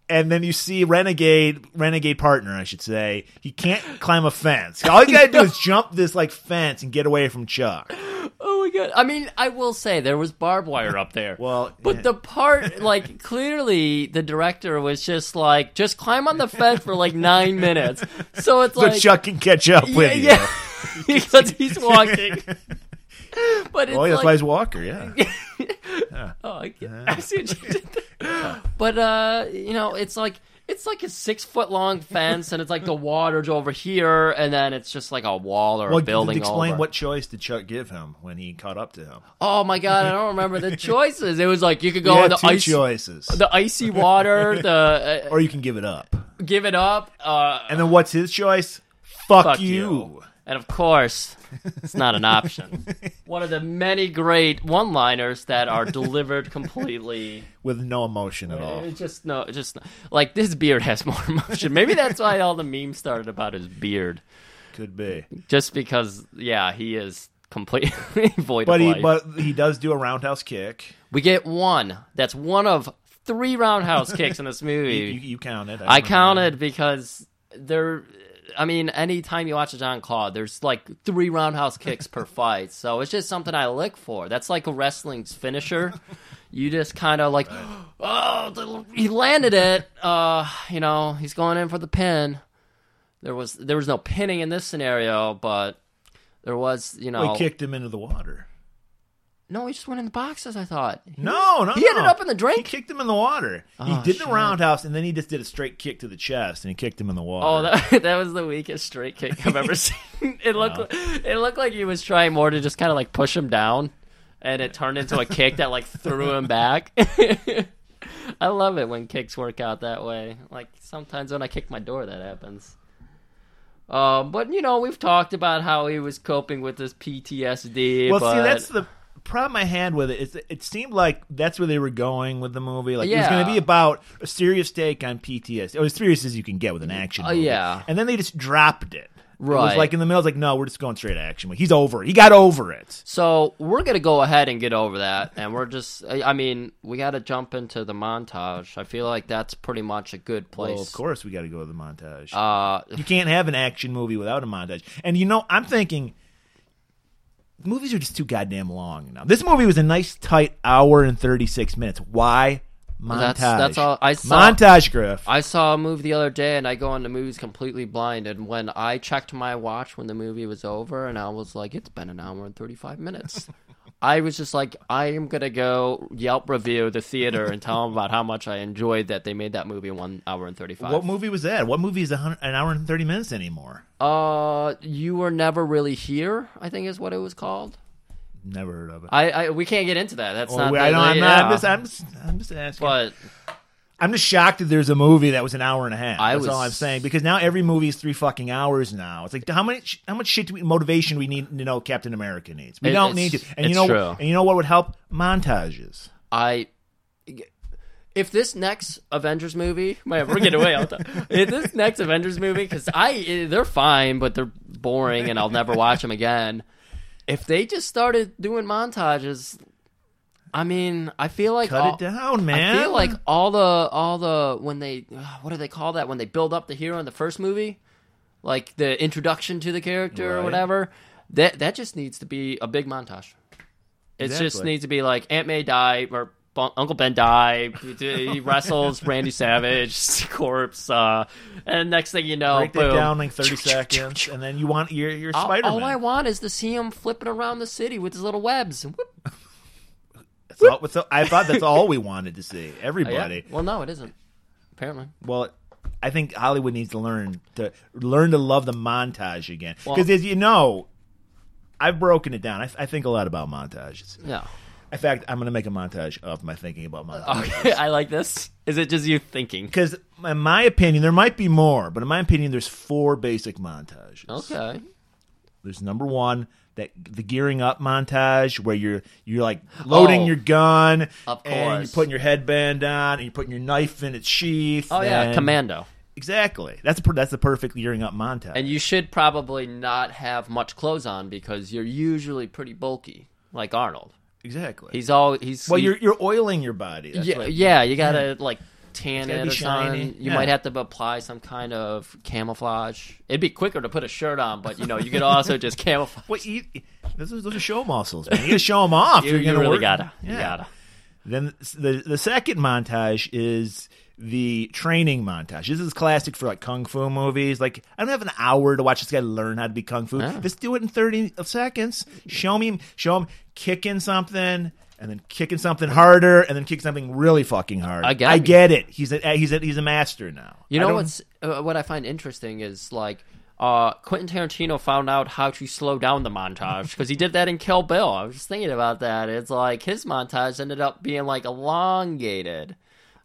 Speaker 2: and then you see renegade renegade partner i should say he can't climb a fence all you gotta do is jump this like fence and get away from chuck
Speaker 1: Oh my god! I mean, I will say there was barbed wire up there.
Speaker 2: Well,
Speaker 1: but
Speaker 2: yeah.
Speaker 1: the part like clearly the director was just like, just climb on the fence for like nine minutes. So it's
Speaker 2: so
Speaker 1: like
Speaker 2: chuck can catch up
Speaker 1: yeah,
Speaker 2: with you
Speaker 1: yeah. because he's walking. But it's
Speaker 2: oh that's why
Speaker 1: like,
Speaker 2: he's walker yeah Ah.
Speaker 1: oh, I, get- I see what you did there. But uh, you know, it's like. It's like a six foot long fence, and it's like the water's over here, and then it's just like a wall or
Speaker 2: well,
Speaker 1: a building.
Speaker 2: explain
Speaker 1: over.
Speaker 2: what choice did chuck give him when he caught up to him
Speaker 1: Oh my god, I don't remember the choices. It was like you could
Speaker 2: you
Speaker 1: go in
Speaker 2: had
Speaker 1: the
Speaker 2: two
Speaker 1: ice.
Speaker 2: choices
Speaker 1: the icy water, the
Speaker 2: or you can give it up
Speaker 1: uh, give it up, uh,
Speaker 2: and then what's his choice fuck,
Speaker 1: fuck
Speaker 2: you.
Speaker 1: you. And of course, it's not an option. One of the many great one-liners that are delivered completely.
Speaker 2: with no emotion at all
Speaker 1: It's just no, just no- like this beard has more emotion. Maybe that's why all the memes started about his beard,
Speaker 2: could be
Speaker 1: just because. Yeah, he is completely void
Speaker 2: but
Speaker 1: of
Speaker 2: he
Speaker 1: life.
Speaker 2: but he does do a roundhouse kick
Speaker 1: we get one. That's one of three roundhouse kicks in this movie.
Speaker 2: you, you count it
Speaker 1: I
Speaker 2: remember.
Speaker 1: counted because there. I mean, anytime you watch a John Claw, there's like three roundhouse kicks per fight, so it's just something I look for. That's like a wrestling's finisher. you just kind of like, oh, the- he landed it. Uh, you know, he's going in for the pin. There was there was no pinning in this scenario, but there was you know
Speaker 2: Well, he kicked him into the water.
Speaker 1: no, he just went in the boxes. I thought
Speaker 2: No, no.
Speaker 1: He ended
Speaker 2: no.
Speaker 1: up in the drink?
Speaker 2: He kicked him in the water.
Speaker 1: Oh,
Speaker 2: he did
Speaker 1: shit.
Speaker 2: the roundhouse, and then he just did a straight kick to the chest, and he kicked him in the water.
Speaker 1: Oh, that, that was the weakest straight kick I've ever seen. It looked it looked like he was trying more to just kind of like push him down, and it turned into a kick that like threw him back. I love it when kicks work out that way. Like sometimes when I kick my door, that happens. Um, but you know we've talked about how he was coping with this PTSD.
Speaker 2: Well,
Speaker 1: but...
Speaker 2: see, that's the problem I had with it. Is it seemed like that's where they were going with the movie. Like it was
Speaker 1: Yeah.
Speaker 2: going to be about a serious take on PTSD, or Oh, as serious as you can get with an action.
Speaker 1: Oh,
Speaker 2: movie.
Speaker 1: yeah.
Speaker 2: and then they just dropped it. It was
Speaker 1: Right.
Speaker 2: like in the middle, it's like, no, we're just going straight action. He's over. it. He got over it.
Speaker 1: So we're gonna go ahead and get over that, and we're just—I I mean, we got to jump into the montage. I feel like that's pretty much a good place.
Speaker 2: Well, of course, we got to go to the montage.
Speaker 1: Uh,
Speaker 2: you can't have an action movie without a montage. And you know, I'm thinking movies are just too goddamn long now. This movie was a nice tight hour and 36 minutes. Why montage?
Speaker 1: that's- that's all- I saw-
Speaker 2: montage, Griff.
Speaker 1: I saw a movie the other day, and I go into movies completely blind. And when I checked my watch when the movie was over, and I was like, "It's been an hour and thirty-five minutes." I was just like, "I am gonna go Yelp review the theater and tell them about how much I enjoyed that they made that movie one hour and thirty-five.
Speaker 2: What movie was that? What movie is a hun- an hour and 30 minutes anymore?
Speaker 1: Uh, you were never really here. I think is what it was called.
Speaker 2: Never heard of it.
Speaker 1: I, I we can't get into that. That's
Speaker 2: Well,
Speaker 1: not.
Speaker 2: Oh, I
Speaker 1: the-
Speaker 2: don't, I'm,
Speaker 1: yeah.
Speaker 2: not, I'm, just, I'm, just, I'm just asking.
Speaker 1: but
Speaker 2: I'm just shocked that there's a movie that was an hour and a half.
Speaker 1: I
Speaker 2: That's
Speaker 1: was-
Speaker 2: all I'm saying. Because now every movie is three fucking hours now. It's like how much how much shit do we, motivation do we need to know Captain America needs. We
Speaker 1: It-
Speaker 2: don't
Speaker 1: it's-
Speaker 2: need to. And you
Speaker 1: it's
Speaker 2: know
Speaker 1: true.
Speaker 2: and you know what would help montages.
Speaker 1: I. If this next Avengers movie, man, we're getting away all the time. If this next Avengers movie, because I they're fine, but they're boring, and I'll never watch them again. If they just started doing montages, I mean, I feel like
Speaker 2: Cut
Speaker 1: all-
Speaker 2: it down, man.
Speaker 1: I feel like all the all the when they ugh, what do they call that when they build up the hero in the first movie, like the introduction to the character or
Speaker 2: Right.
Speaker 1: whatever. That that just needs to be a big montage. It just
Speaker 2: Exactly.
Speaker 1: needs to be like Aunt May die or Bu- Uncle Ben die. He wrestles Randy Savage corpse, uh, and next thing you know,
Speaker 2: break that
Speaker 1: boom.
Speaker 2: down like 30 seconds and then you want your your
Speaker 1: All-
Speaker 2: Spider-Man.
Speaker 1: All I want is to see him flipping around the city with his little webs. Whoop.
Speaker 2: That's all- that's all- I thought that's all we wanted to see.
Speaker 1: Yeah.
Speaker 2: Everybody.
Speaker 1: Well, no, it isn't. Apparently.
Speaker 2: Well, I think Hollywood needs to learn to learn to love the montage again.
Speaker 1: Well-
Speaker 2: Because as you know, I've broken it down. I, I think a lot about montages.
Speaker 1: No.
Speaker 2: In fact, I'm going to make a montage of my thinking about montages.
Speaker 1: Okay, I like this. Is it just you thinking?
Speaker 2: Because, in my opinion, there might be more, but in my opinion, there's four basic montages.
Speaker 1: Okay.
Speaker 2: There's number one that the gearing up montage where you're you're like loading
Speaker 1: Oh.
Speaker 2: your gun,
Speaker 1: Of
Speaker 2: and you're
Speaker 1: course.
Speaker 2: putting your headband on, and you're putting your knife in its sheath.
Speaker 1: Oh yeah,
Speaker 2: and-
Speaker 1: Commando.
Speaker 2: Exactly. That's a, per- that's the perfect gearing up montage.
Speaker 1: And you should probably not have much clothes on because you're usually pretty bulky, like Arnold.
Speaker 2: exactly.
Speaker 1: He's all he's
Speaker 2: well,
Speaker 1: he-
Speaker 2: you're you're oiling your body. That's
Speaker 1: yeah,
Speaker 2: what-
Speaker 1: yeah. You gotta like tan
Speaker 2: gotta
Speaker 1: it
Speaker 2: be
Speaker 1: or something.
Speaker 2: shiny.
Speaker 1: You
Speaker 2: Yeah.
Speaker 1: might have to apply some kind of camouflage. It'd be quicker to put a shirt on, but you know you could also just camouflage.
Speaker 2: What you, those, are, those are show muscles. Man. You gotta show them off.
Speaker 1: You,
Speaker 2: You're
Speaker 1: you
Speaker 2: gonna
Speaker 1: really
Speaker 2: work-
Speaker 1: gotta, you
Speaker 2: Yeah.
Speaker 1: gotta.
Speaker 2: Then the the second montage is the training montage. This is classic for like kung fu movies. Like I don't have an hour to watch this guy learn how to be kung fu.
Speaker 1: Yeah.
Speaker 2: Just do it in thirty seconds. Show me, show him kicking something. And then kicking something harder, and then kicking something really fucking hard.
Speaker 1: I got
Speaker 2: I
Speaker 1: you.
Speaker 2: get it. He's a he's a he's a master now.
Speaker 1: You
Speaker 2: I
Speaker 1: know
Speaker 2: don't-
Speaker 1: what's uh, what I find interesting is like uh, Quentin Tarantino found out how to slow down the montage because he did that in Kill Bill. I was just thinking about that. It's like his montage ended up being like elongated.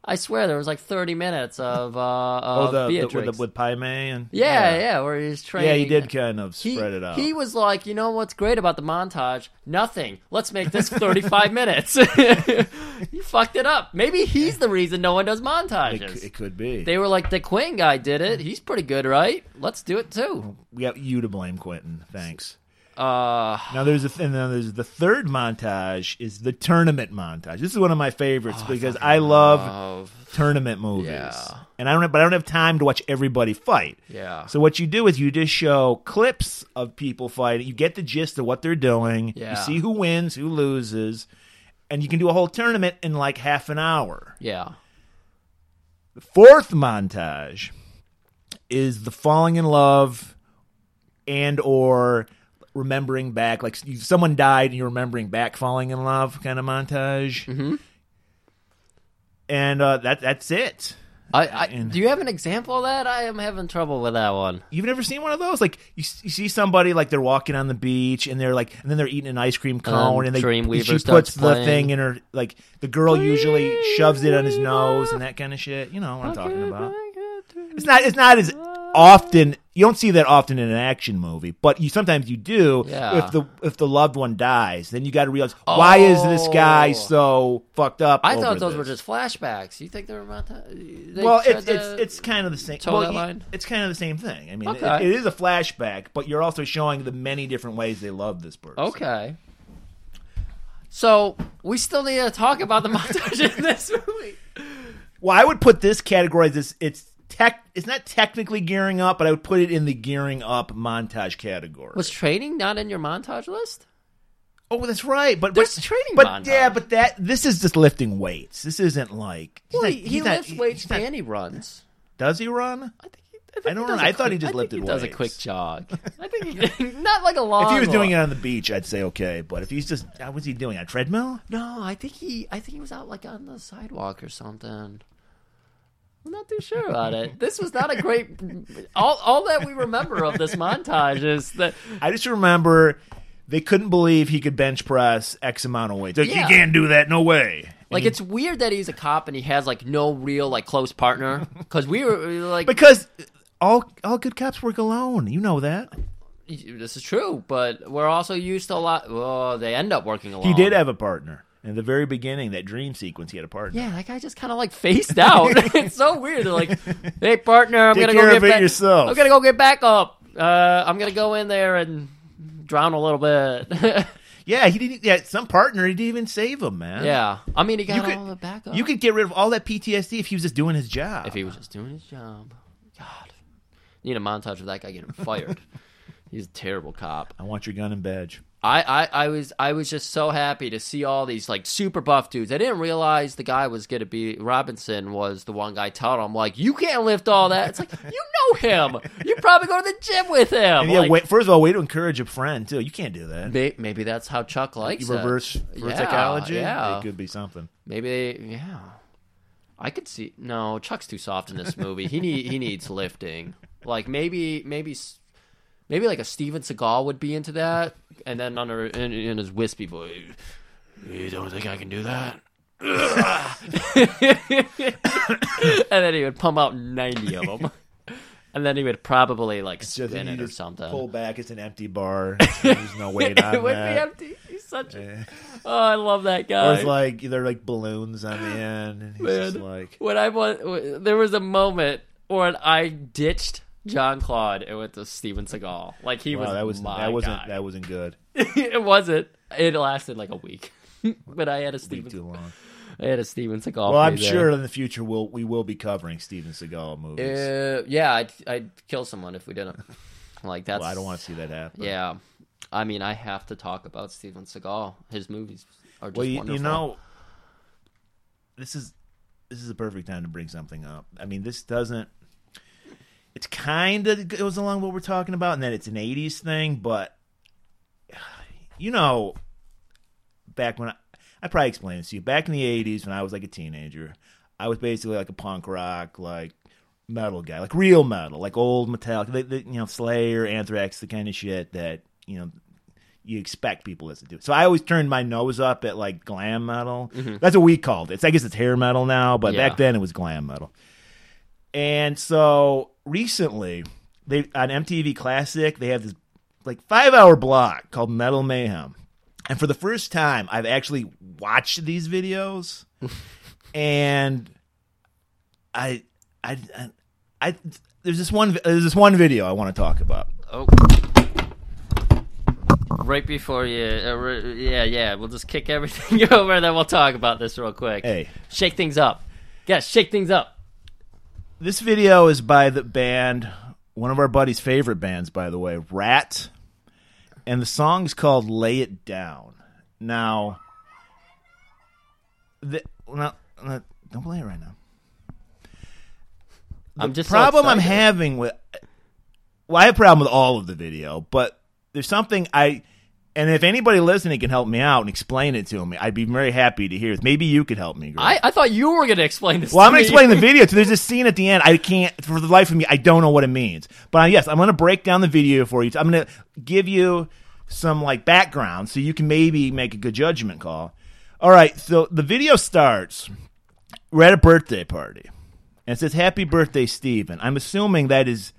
Speaker 1: I swear there was like thirty minutes of uh,
Speaker 2: oh,
Speaker 1: of
Speaker 2: the, the,
Speaker 1: Beatrix.
Speaker 2: with, the, with Pai Mei and
Speaker 1: yeah, yeah, where he's training.
Speaker 2: Yeah, he did kind of
Speaker 1: He-
Speaker 2: spread it out.
Speaker 1: He was like, you know what's great about the montage? Nothing. Let's make this 35 minutes. you fucked it up. Maybe he's the reason no one does montages.
Speaker 2: it, c- it could be.
Speaker 1: They were like, the Quinn guy did it. He's pretty good, right? Let's do it too.
Speaker 2: we got you to blame, Quentin. Thanks.
Speaker 1: Uh,
Speaker 2: Now there's a th- and then there's the third montage is the tournament montage. This is one of my
Speaker 1: Oh,
Speaker 2: favorites because I love tournament movies.
Speaker 1: Yeah.
Speaker 2: And I don't have, but I don't have time to watch everybody fight.
Speaker 1: Yeah.
Speaker 2: So what you do is you just show clips of people fighting. You get the gist of what they're doing.
Speaker 1: Yeah.
Speaker 2: You see who wins, who loses. and you can do a whole tournament in like half an hour.
Speaker 1: Yeah.
Speaker 2: The fourth montage is the falling in love and or remembering back like you, someone died and you're remembering back falling in love kind of montage. Mm-hmm. And uh, that that's it.
Speaker 1: I, I do you have an example of that? I am having trouble with that one.
Speaker 2: You've never seen one of those? Like you, s- you see somebody like they're walking on the beach and they're like, and then they're eating an ice cream cone, and they
Speaker 1: Dreamweaver
Speaker 2: she
Speaker 1: Um, starts
Speaker 2: puts the
Speaker 1: playing.
Speaker 2: thing in her like the girl usually shoves it on his nose and that kind of shit. You know what I'm talking about? It's not it's not as often. You don't see that often in an action movie, but you sometimes you do.
Speaker 1: Yeah.
Speaker 2: If the if the loved one dies, then you got to realize why is this guy
Speaker 1: Oh.
Speaker 2: so fucked up?
Speaker 1: I
Speaker 2: over
Speaker 1: thought those
Speaker 2: this?
Speaker 1: were just flashbacks. You think they were about that? They
Speaker 2: well,
Speaker 1: tried
Speaker 2: it's,
Speaker 1: to-
Speaker 2: it's it's kind of the same.
Speaker 1: toe
Speaker 2: well,
Speaker 1: that
Speaker 2: you-
Speaker 1: line?
Speaker 2: It's kind of the same thing. I mean, it-
Speaker 1: Okay.
Speaker 2: it is a flashback, but you're also showing the many different ways they love this person.
Speaker 1: okay. So we still need to talk about the montage in this movie.
Speaker 2: Well, I would put this category as this. It's tech. It's not technically gearing up, but I would put it in the gearing up montage category.
Speaker 1: Was training not in your montage list?
Speaker 2: oh, that's right. But
Speaker 1: There's
Speaker 2: but-
Speaker 1: training
Speaker 2: But
Speaker 1: montage.
Speaker 2: yeah, but that this is just lifting weights. This isn't like he's
Speaker 1: Well,
Speaker 2: not-
Speaker 1: he,
Speaker 2: he's
Speaker 1: he
Speaker 2: not-
Speaker 1: lifts weights
Speaker 2: he's not-
Speaker 1: and he runs.
Speaker 2: Does he run?
Speaker 1: I think. He, I, think he
Speaker 2: don't
Speaker 1: does
Speaker 2: know.
Speaker 1: a
Speaker 2: I thought he
Speaker 1: quick-
Speaker 2: just
Speaker 1: I think
Speaker 2: lifted
Speaker 1: he does a
Speaker 2: weights.
Speaker 1: quick jog. I think he, not like a long.
Speaker 2: If he was
Speaker 1: one.
Speaker 2: doing it on the beach, I'd say okay. But if he's just, how was he doing a treadmill?
Speaker 1: No, I think he I think he was out like on the sidewalk or something. I'm not too sure about it. This was not a great all all that we remember of this montage is that
Speaker 2: I just remember they couldn't believe he could bench press X amount of weight. Like,
Speaker 1: Yeah.
Speaker 2: You can't do that, no way.
Speaker 1: like it's weird that he's a cop and he has like no real like close partner cuz we were we were, like
Speaker 2: Because all all good cops work alone. You know that.
Speaker 1: this is true, but we're also used to a lot well, they end up working alone.
Speaker 2: He did have a partner. In the very beginning, that dream sequence, he had a partner.
Speaker 1: yeah, that guy just kind of like faced out. it's so weird. They're like, "Hey, partner, I'm
Speaker 2: Take
Speaker 1: gonna go
Speaker 2: care
Speaker 1: get
Speaker 2: of it
Speaker 1: back.
Speaker 2: yourself."
Speaker 1: I'm gonna go get back up. Uh, I'm gonna go in there and drown a little bit."
Speaker 2: Yeah, he didn't. Yeah, some partner, he didn't even save him, man.
Speaker 1: Yeah, I mean, he
Speaker 2: You
Speaker 1: got all the
Speaker 2: could,
Speaker 1: backup.
Speaker 2: you could get rid of all that PTSD if he was just doing his job.
Speaker 1: if he was just doing his job. God, need a montage of that guy getting fired. He's a terrible cop.
Speaker 2: I want your gun and badge.
Speaker 1: I, I, I was I was just so happy to see all these like super buff dudes. I didn't realize the guy was gonna be Robinson was the one guy telling him like you can't lift all that. It's like you know him. You probably go to the gym with him.
Speaker 2: And yeah,
Speaker 1: Like,
Speaker 2: wait, first of all, way to encourage a friend too. You can't do that.
Speaker 1: may- maybe that's how Chuck likes
Speaker 2: You
Speaker 1: it.
Speaker 2: reverse, reverse
Speaker 1: Yeah,
Speaker 2: psychology.
Speaker 1: yeah.
Speaker 2: it could be something.
Speaker 1: Maybe they, yeah. I could see. No, Chuck's too soft in this movie. He need he needs lifting. Like maybe maybe s- maybe like a Steven Seagal would be into that, and then under in, in his wispy voice, you don't think I can do that? and then he would pump out ninety of them, and then he would probably like
Speaker 2: So
Speaker 1: spin
Speaker 2: you
Speaker 1: it or
Speaker 2: just
Speaker 1: something.
Speaker 2: Pull back. It's an empty bar. There's no weight on
Speaker 1: it would
Speaker 2: that.
Speaker 1: be empty. He's such. A, oh, I love that guy.
Speaker 2: Or it's like they're like balloons on the end, and he's just
Speaker 1: Man,
Speaker 2: like,
Speaker 1: when I was, there was a moment when I ditched John Claude and went to Steven Seagal. Like he
Speaker 2: "Wow,
Speaker 1: was,
Speaker 2: that was
Speaker 1: my
Speaker 2: that wasn't
Speaker 1: guy.
Speaker 2: that wasn't good.
Speaker 1: it wasn't. It lasted like a week, but I had a
Speaker 2: Took too
Speaker 1: Steven.
Speaker 2: long."
Speaker 1: I had a Steven Seagal.
Speaker 2: Well, I'm
Speaker 1: phase there.
Speaker 2: sure in the future we'll we will be covering Steven Seagal movies.
Speaker 1: Uh, yeah, I'd, I'd kill someone if we didn't. Like that's.
Speaker 2: well, I don't want to see that happen.
Speaker 1: Yeah, I mean, I have to talk about Steven Seagal. His movies are just
Speaker 2: Well, you,
Speaker 1: wonderful.
Speaker 2: you know, this is this is the perfect time to bring something up. I mean, this doesn't. It's kind of goes along what we're talking about, and that it's an '80s thing, but you know, back when I, I probably explained this to you, back in the '80s when I was like a teenager, I was basically like a punk rock, like metal guy, like real metal, like old Metallica, they, they, you know, Slayer, Anthrax, the kind of shit that you know you expect people to do. So I always turned my nose up at like glam metal. That's what we called it. I guess it's hair metal now, but
Speaker 1: Yeah.
Speaker 2: back then it was glam metal. And so recently, they on MTV Classic they have this like five hour block called Metal Mayhem, and for the first time I've actually watched these videos, and I I I, I there's this one there's this one video I want to talk about.
Speaker 1: Oh. Right before you, uh, r- yeah, yeah, we'll just kick everything over, and then we'll talk about this real quick.
Speaker 2: Hey.
Speaker 1: shake things up. Yeah, shake things up.
Speaker 2: This video is by the band, one of our buddy's favorite bands, by the way, Rat. And the song's called Lay It Down. Now, The, no, no, don't play it right now.
Speaker 1: I'm just so
Speaker 2: problem I'm
Speaker 1: excited.
Speaker 2: having with well, I have a problem with all of the video, but there's something I and if anybody listening can help me out and explain it to me, I'd be very happy to hear. it. Maybe you could help me. Greg.
Speaker 1: I, I thought you were going to explain this.
Speaker 2: well,
Speaker 1: to
Speaker 2: I'm gonna
Speaker 1: me.
Speaker 2: explain the video. So there's this scene at the end. I can't for the life of me. I don't know what it means. But uh, yes, I'm gonna break down the video for you. I'm gonna give you some like background so you can maybe make a good judgment call. All right. So the video starts. We're at a birthday party, and it says "Happy Birthday, Steven." I'm assuming that is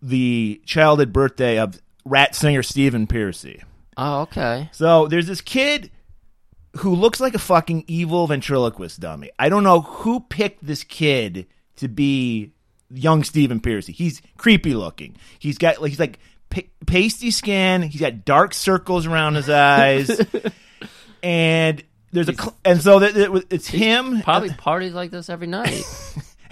Speaker 2: the childhood birthday of rat singer Steven Piercy.
Speaker 1: Oh, okay.
Speaker 2: So there's this kid who looks like a fucking evil ventriloquist dummy. I don't know who picked this kid to be young Stephen Piercy. He's creepy looking. He's got like he's like pa- pasty skin. He's got dark circles around his eyes, and there's a cl- and so that it, it's him.
Speaker 1: Probably parties like this every night.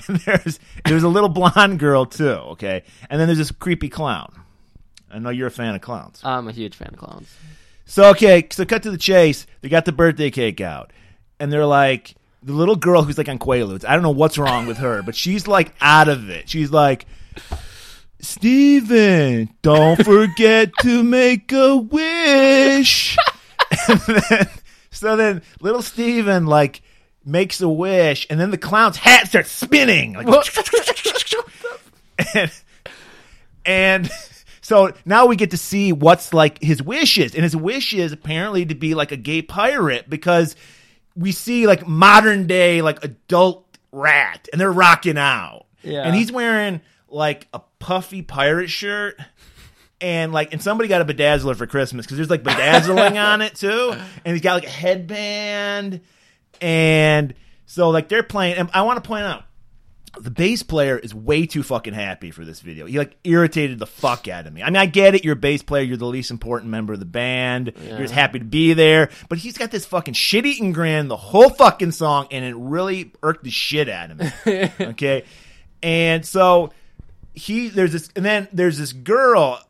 Speaker 2: And there's there's a little blonde girl too. Okay, and then there's this creepy clown. I know you're a fan of clowns.
Speaker 1: I'm a huge fan of clowns.
Speaker 2: So okay, so cut to the chase. They got the birthday cake out, and they're like the little girl who's like on Quaaludes. I don't know what's wrong with her, but she's like out of it. She's like, Steven, don't forget to make a wish. and then, so then little Steven like makes a wish, and then the clown's hat starts spinning. Like, and, and so now we get to see what's like his wishes and his wish is apparently to be like a gay pirate because we see like modern day like adult rat and they're rocking out
Speaker 1: Yeah.
Speaker 2: and he's wearing like a puffy pirate shirt and like and somebody got a bedazzler for christmas because there's like bedazzling on it too and he's got like a headband and so like they're playing and i want to point out the bass player is way too fucking happy for this video. He like irritated the fuck out of me. I mean, I get it. You're a bass player. You're the least important member of the band. You're just happy to be there. But he's got this fucking shit-eating grin the whole fucking song, and it really irked the shit out of me. okay, and so he there's this, and then there's this girl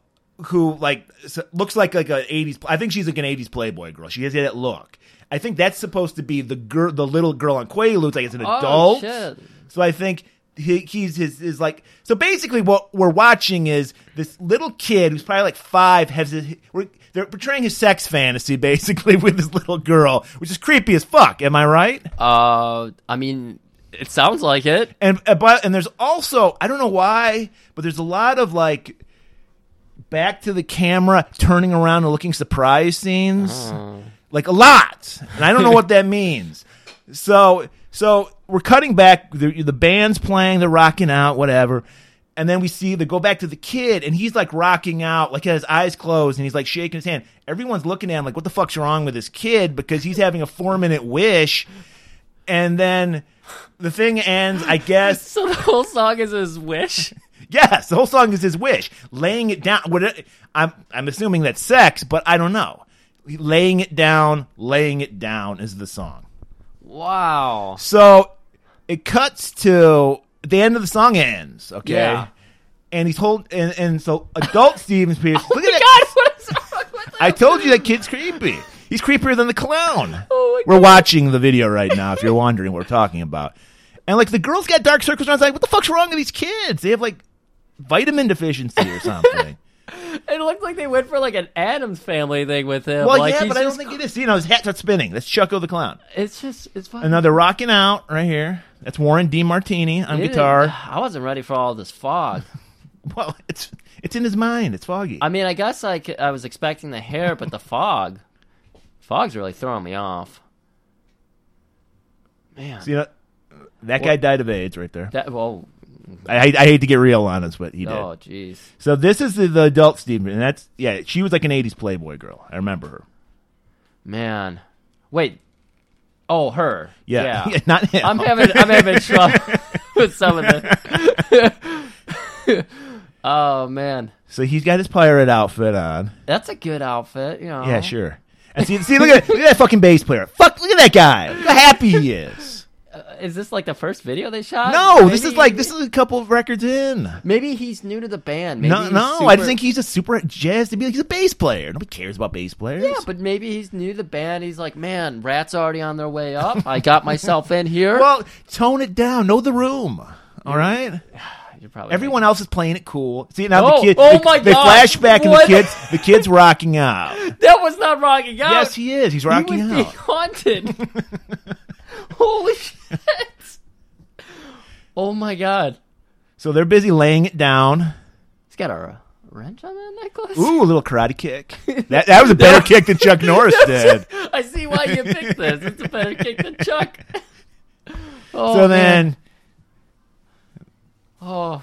Speaker 2: who like s- looks like like a 80s i think she's like an 80s playboy girl she has that look i think that's supposed to be the girl the little girl on quaaludes like it's an adult
Speaker 1: shit.
Speaker 2: so I think he, he's his is like so basically what we're watching is this little kid who's probably like five has his, we're, they're portraying his sex fantasy basically with this little girl, which is creepy as fuck. Am I right?
Speaker 1: Uh, I mean, it sounds like it.
Speaker 2: and and but and there's also I don't know why, but there's a lot of like back to the camera, turning around and looking surprise scenes, like a lot, and I don't know what that means. So so we're cutting back. The, the band's playing, they're rocking out, whatever. And then we see they go back to the kid, and he's like rocking out, like his eyes closed, and he's like shaking his hand. Everyone's looking at him like, "What the fuck's wrong with this kid?" Because he's having a four minute wish, and then the thing ends. I guess
Speaker 1: So the whole song is his wish.
Speaker 2: Yes, the whole song is his wish, laying it down. What it- I'm I'm assuming that's sex, but I don't know. Laying it down, laying it down is the song.
Speaker 1: Wow.
Speaker 2: So it cuts to the end of the song ends. Okay.
Speaker 1: Yeah.
Speaker 2: And he's hold and, and so adult Steven Pierce. look at
Speaker 1: Oh God,
Speaker 2: that.
Speaker 1: what is what the-
Speaker 2: I told you that kid's creepy. He's creepier than the clown.
Speaker 1: Oh my
Speaker 2: we're watching the video right now if you're wondering what we're talking about. And like the girls got dark circles around. I was like, what the fuck's wrong with these kids? They have like vitamin deficiency or something.
Speaker 1: It looked like they went for like an Adams Family thing with him.
Speaker 2: well,
Speaker 1: like,
Speaker 2: yeah,
Speaker 1: he's
Speaker 2: but I don't
Speaker 1: just-
Speaker 2: think it is. You know, his hat starts spinning. That's Chucko the Clown.
Speaker 1: it's just it's fucking
Speaker 2: And now they're rocking out right here. That's Warren D. Martini on
Speaker 1: It is-
Speaker 2: guitar.
Speaker 1: I wasn't ready for all this fog.
Speaker 2: Well, it's it's in his mind. It's foggy.
Speaker 1: I mean, I guess I, c- I was expecting the hair, but the fog, fog's really throwing me off. Man,
Speaker 2: So, you know, that guy died of AIDS right there.
Speaker 1: that well,
Speaker 2: I, hate- I hate to get real on us, but he did.
Speaker 1: oh jeez,
Speaker 2: So this is the, the adult Steven, and that's yeah. She was like an '80s Playboy girl. I remember her.
Speaker 1: man, wait, oh her,
Speaker 2: Yeah, not him.
Speaker 1: I'm having I'm having trouble with some of the. oh man,
Speaker 2: so he's got his pirate outfit on.
Speaker 1: that's a good outfit. You know.
Speaker 2: Yeah, sure. And see, see, look at look at that fucking bass player. Fuck, look at that guy. Look how happy he is.
Speaker 1: is this like the first video they shot?
Speaker 2: No, this
Speaker 1: Maybe-
Speaker 2: is like this is a couple of records in.
Speaker 1: Maybe he's new to the band. Maybe
Speaker 2: No,
Speaker 1: he's
Speaker 2: no, I
Speaker 1: super-
Speaker 2: think he's a super jazz to be like he's a bass player. Nobody cares about bass players.
Speaker 1: Yeah, but maybe he's new to the band. He's like, man, Rat's already on their way up. I got myself in here.
Speaker 2: well, tone it down. Know the room. All right.
Speaker 1: You're probably
Speaker 2: Everyone else is playing it cool. See now
Speaker 1: Oh,
Speaker 2: the kid.
Speaker 1: oh
Speaker 2: the,
Speaker 1: my
Speaker 2: They
Speaker 1: God.
Speaker 2: flash back and the
Speaker 1: What?
Speaker 2: kids. The kids rocking out.
Speaker 1: right. that was not rocking out.
Speaker 2: Yes, he is. He's rocking
Speaker 1: he would
Speaker 2: out.
Speaker 1: be haunted. Holy shit! Oh my god,
Speaker 2: So they're busy laying it down.
Speaker 1: he's got a wrench on that necklace.
Speaker 2: Ooh, a little karate kick. That that was a better kick than Chuck Norris did.
Speaker 1: I see why you picked this. It's a better kick than Chuck. Oh, man.
Speaker 2: So then
Speaker 1: oh,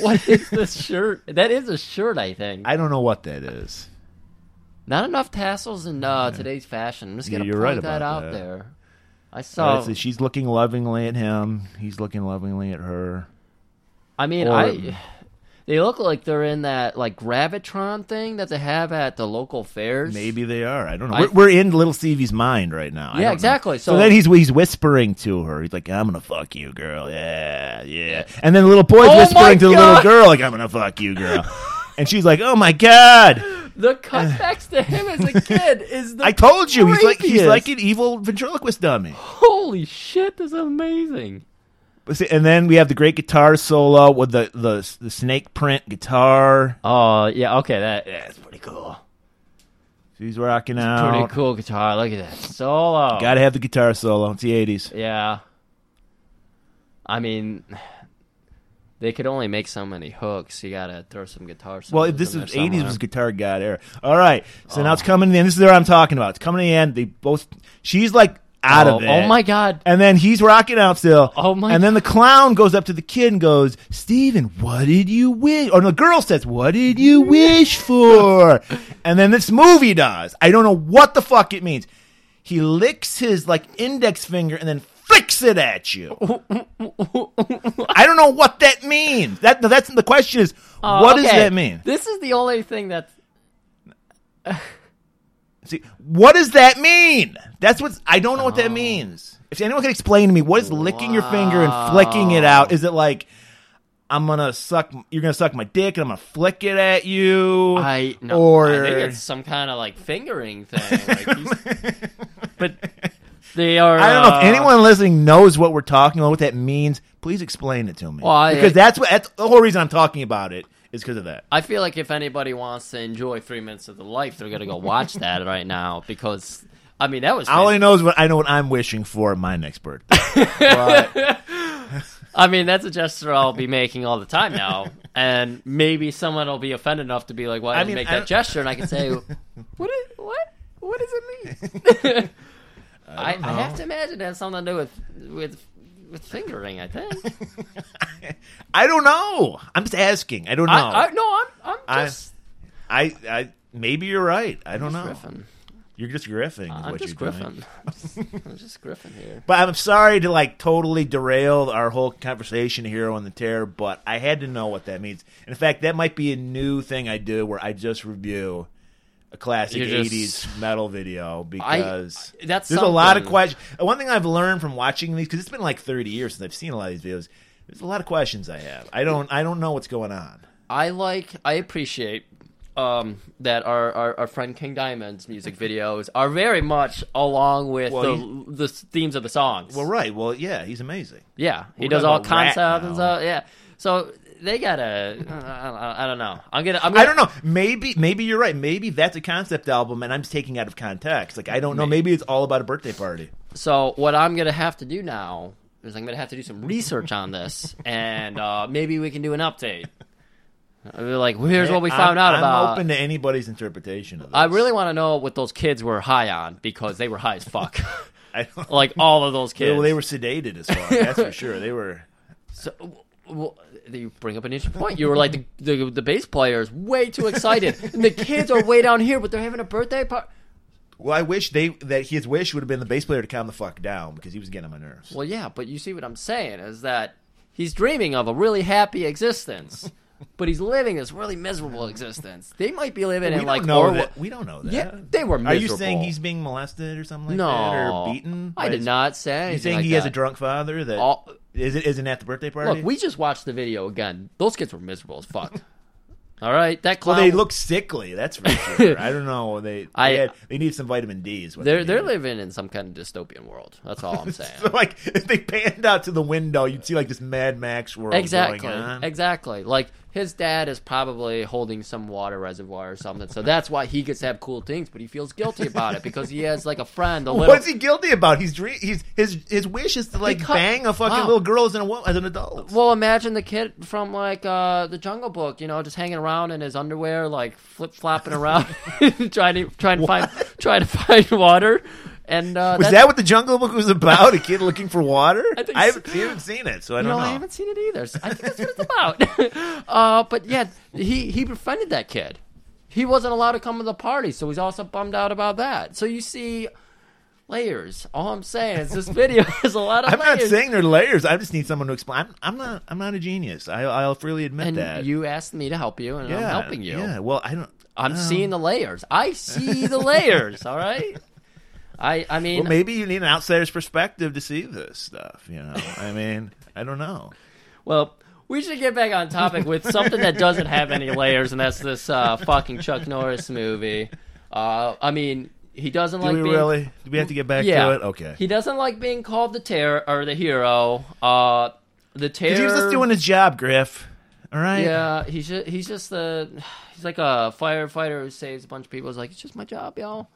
Speaker 1: what is this shirt? That is a shirt, I think.
Speaker 2: I don't know what that is.
Speaker 1: Not enough tassels in uh, today's fashion. I'm just
Speaker 2: Yeah,
Speaker 1: gonna
Speaker 2: you're
Speaker 1: point
Speaker 2: right
Speaker 1: that
Speaker 2: about
Speaker 1: out
Speaker 2: that.
Speaker 1: there. I
Speaker 2: Uh,
Speaker 1: saw.
Speaker 2: so she's looking lovingly at him. He's looking lovingly at her.
Speaker 1: I mean,
Speaker 2: Or-
Speaker 1: I they look like they're in that like gravitron thing that they have at the local fairs.
Speaker 2: Maybe they are. I don't know.
Speaker 1: I-
Speaker 2: We're, we're in little Stevie's mind right now. I
Speaker 1: Yeah,
Speaker 2: don't know.
Speaker 1: exactly.
Speaker 2: So,
Speaker 1: So-
Speaker 2: then he's he's whispering to her. He's like, "I'm gonna fuck you, girl. Yeah, yeah." And then the little boy's
Speaker 1: Oh my
Speaker 2: whispering to the little
Speaker 1: God.
Speaker 2: girl, like, "I'm gonna fuck you, girl." and she's like, "Oh my god,
Speaker 1: The cutbacks to him as a kid is the
Speaker 2: I told you, he's like he's
Speaker 1: freakiest.
Speaker 2: like an evil ventriloquist dummy."
Speaker 1: holy shit. This is amazing.
Speaker 2: But see- And then we have the great guitar solo with the the, the snake print guitar.
Speaker 1: Oh yeah, okay, that that's pretty cool.
Speaker 2: She's rocking out.
Speaker 1: Pretty cool guitar. Look at that solo.
Speaker 2: Gotta have the guitar solo. It's the '80s.
Speaker 1: Yeah. I mean, they could only make so many hooks. You gotta throw some guitar.
Speaker 2: Well,
Speaker 1: solos
Speaker 2: this
Speaker 1: in
Speaker 2: was
Speaker 1: there
Speaker 2: '80s
Speaker 1: somewhere.
Speaker 2: was guitar god era. All right, so
Speaker 1: Oh.
Speaker 2: now it's coming in. This is what I'm talking about. It's coming in. They both. She's like out
Speaker 1: oh,
Speaker 2: of it.
Speaker 1: oh my god.
Speaker 2: And then he's rocking out still.
Speaker 1: Oh my-
Speaker 2: And then the clown goes up to the kid and goes, "Steven, what did you wish?" Or no, the girl says, "What did you wish for?" and then this movie does. I don't know what the fuck it means. He licks his like index finger and then flicks it at you. I don't know what that means. That no, that's the question is,
Speaker 1: Oh,
Speaker 2: what does
Speaker 1: okay.
Speaker 2: that mean?
Speaker 1: This is the only thing that's
Speaker 2: See, what does that mean? That's what I don't know what
Speaker 1: Oh.
Speaker 2: that means. If anyone can explain to me what is licking your finger and flicking it out, is it like I'm gonna suck? You're gonna suck my dick and I'm gonna flick it at you?
Speaker 1: I no,
Speaker 2: or
Speaker 1: I think it's some kind of like fingering thing. Like he's, but they are.
Speaker 2: I don't know
Speaker 1: uh,
Speaker 2: if anyone listening knows what we're talking about, what that means. Please explain it to me
Speaker 1: Well, I-
Speaker 2: because that's what that's the whole reason I'm talking about it is because of that.
Speaker 1: I feel like if anybody wants to enjoy three minutes of the life, they're gonna go watch that right now because I mean that was.
Speaker 2: I only know is what I know what I'm wishing for at my next birthday. but,
Speaker 1: I mean that's a gesture I'll be making all the time now, and maybe someone will be offended enough to be like, "Why
Speaker 2: I
Speaker 1: did
Speaker 2: mean,
Speaker 1: you make
Speaker 2: I
Speaker 1: that
Speaker 2: don't-
Speaker 1: gesture?" And I can say, "What? Is, what? What does it mean?" I, I, have to imagine it has something to do with with with fingering. I think.
Speaker 2: I don't know. I'm just asking. I don't know.
Speaker 1: I, I, no, I'm I'm
Speaker 2: I-
Speaker 1: just
Speaker 2: I, I maybe you're right. I don't know.
Speaker 1: griffin.
Speaker 2: You're just griffing. Is
Speaker 1: I'm
Speaker 2: what
Speaker 1: just
Speaker 2: you're
Speaker 1: griffin.
Speaker 2: Doing.
Speaker 1: I'm just, I'm just griffin here.
Speaker 2: But I'm sorry to like totally derail our whole conversation here on the tear, but I had to know what that means. And in fact, that might be a new thing I do where I just review a classic
Speaker 1: You're just-
Speaker 2: '80s metal video because
Speaker 1: I- that's
Speaker 2: there's a lot of
Speaker 1: something.
Speaker 2: questions. One thing I've learned from watching these because it's been like 30 years since I've seen a lot of these videos. There's a lot of questions I have. I don't. I don't know what's going on.
Speaker 1: I like. I appreciate um, that our, our our friend King Diamond's music videos are very much along with
Speaker 2: Well,
Speaker 1: the
Speaker 2: you-
Speaker 1: the s- themes of the songs.
Speaker 2: Well, right. Well, yeah, he's amazing.
Speaker 1: yeah, he
Speaker 2: we're
Speaker 1: does
Speaker 2: talking
Speaker 1: all
Speaker 2: about Rat
Speaker 1: concepts and
Speaker 2: now.
Speaker 1: stuff. Yeah, so they gotta. I- I, I don't know. I'm gonna. I'm gonna
Speaker 2: I don't know. Maybe maybe you're right. Maybe that's a concept album, and I'm just taking it out of context. Like I don't know. Maybe it's all about a birthday party.
Speaker 1: So what I'm gonna have to do now is I'm gonna have to do some research on this, and uh, maybe we can do an update. I'll be like, well, here's what we
Speaker 2: I'm-
Speaker 1: found out
Speaker 2: I'm
Speaker 1: about.
Speaker 2: open to anybody's interpretation of this.
Speaker 1: I really want to know what those kids were high on because they were high as fuck.
Speaker 2: I don't,
Speaker 1: like all of those
Speaker 2: they,
Speaker 1: kids.
Speaker 2: they were sedated as fuck. That's for sure. They were.
Speaker 1: So, w- w- you bring up an interesting point. You were like the, the the bass player is way too excited, and the kids are way down here, but they're having a birthday party.
Speaker 2: Well, I wish they that his wish would have been the bass player to calm the fuck down because he was getting on my nerves.
Speaker 1: Well, yeah, but you see what I'm saying is that he's dreaming of a really happy existence. but he's living this really miserable existence. They might be living
Speaker 2: we
Speaker 1: in
Speaker 2: don't
Speaker 1: like
Speaker 2: know
Speaker 1: Orwell.
Speaker 2: that. We don't know that.
Speaker 1: Yeah, they were
Speaker 2: Are you saying
Speaker 1: miserable.
Speaker 2: he's being molested or something like
Speaker 1: no,
Speaker 2: that, or beaten?
Speaker 1: I
Speaker 2: by
Speaker 1: did
Speaker 2: his-
Speaker 1: not say.
Speaker 2: You
Speaker 1: anything
Speaker 2: saying
Speaker 1: like
Speaker 2: he has a
Speaker 1: that.
Speaker 2: drunk father that
Speaker 1: All-
Speaker 2: is it isn't at the birthday party?
Speaker 1: Look, we just watched the video again. Those kids were miserable as fuck. All right, that clown.
Speaker 2: well, they look sickly. That's for sure. I don't know. They they,
Speaker 1: Um, I-
Speaker 2: had- they need some vitamin D. Is what
Speaker 1: They're
Speaker 2: they
Speaker 1: they're
Speaker 2: need.
Speaker 1: living in some kind of dystopian world. That's all I'm saying.
Speaker 2: So, like if they panned out to the window, you'd see like this Mad Max world
Speaker 1: exactly,
Speaker 2: going on.
Speaker 1: exactly. Like his dad is probably holding some water reservoir or something, so that's why he gets to have cool things. But he feels guilty about it because he has like a friend. A little.
Speaker 2: What's he guilty about? He's dream. He's his his wish is to like
Speaker 1: Because-
Speaker 2: bang a fucking
Speaker 1: wow.
Speaker 2: little girl as an wo- as an adult.
Speaker 1: Well, imagine the kid from like uh, the Jungle Book, you know, just hanging around in his underwear, like flip flopping around, trying to trying to find trying to find water. And uh,
Speaker 2: was
Speaker 1: that's-
Speaker 2: that what the Jungle Book was about? A kid looking for water? I,
Speaker 1: think
Speaker 2: haven't,
Speaker 1: so.
Speaker 2: we haven't seen it, so I
Speaker 1: No,
Speaker 2: don't know.
Speaker 1: I haven't seen it either. So I think that's what it's about. uh, but yeah, he he befriended that kid. He wasn't allowed to come to the party, so he's also bummed out about that. So you see layers. All I'm saying is this video has a lot of
Speaker 2: I'm not
Speaker 1: layers.
Speaker 2: saying they're layers. I just need someone to explain. I'm, I'm not. I'm not a genius. I, I'll freely admit
Speaker 1: and
Speaker 2: that.
Speaker 1: you asked me to help you, and I'm helping you.
Speaker 2: Yeah. Well, I don't.
Speaker 1: I'm
Speaker 2: um,
Speaker 1: seeing the layers. I see the layers. All right. I I mean,
Speaker 2: Well, maybe you need an outsider's perspective to see this stuff. You know. I mean, I don't know.
Speaker 1: well, we should get back on topic with something that doesn't have any layers, and that's this uh, fucking Chuck Norris movie. Uh, I mean, he doesn't
Speaker 2: Do
Speaker 1: like
Speaker 2: we
Speaker 1: being,
Speaker 2: really? Do we have to get back
Speaker 1: yeah.
Speaker 2: to it? Okay.
Speaker 1: He doesn't like being called the terror or the hero. Uh, the terror.
Speaker 2: Because he was just doing his job, Griff. All right.
Speaker 1: Yeah, he's just, he's just the he's like a firefighter who saves a bunch of people. He's like, it's just my job, y'all.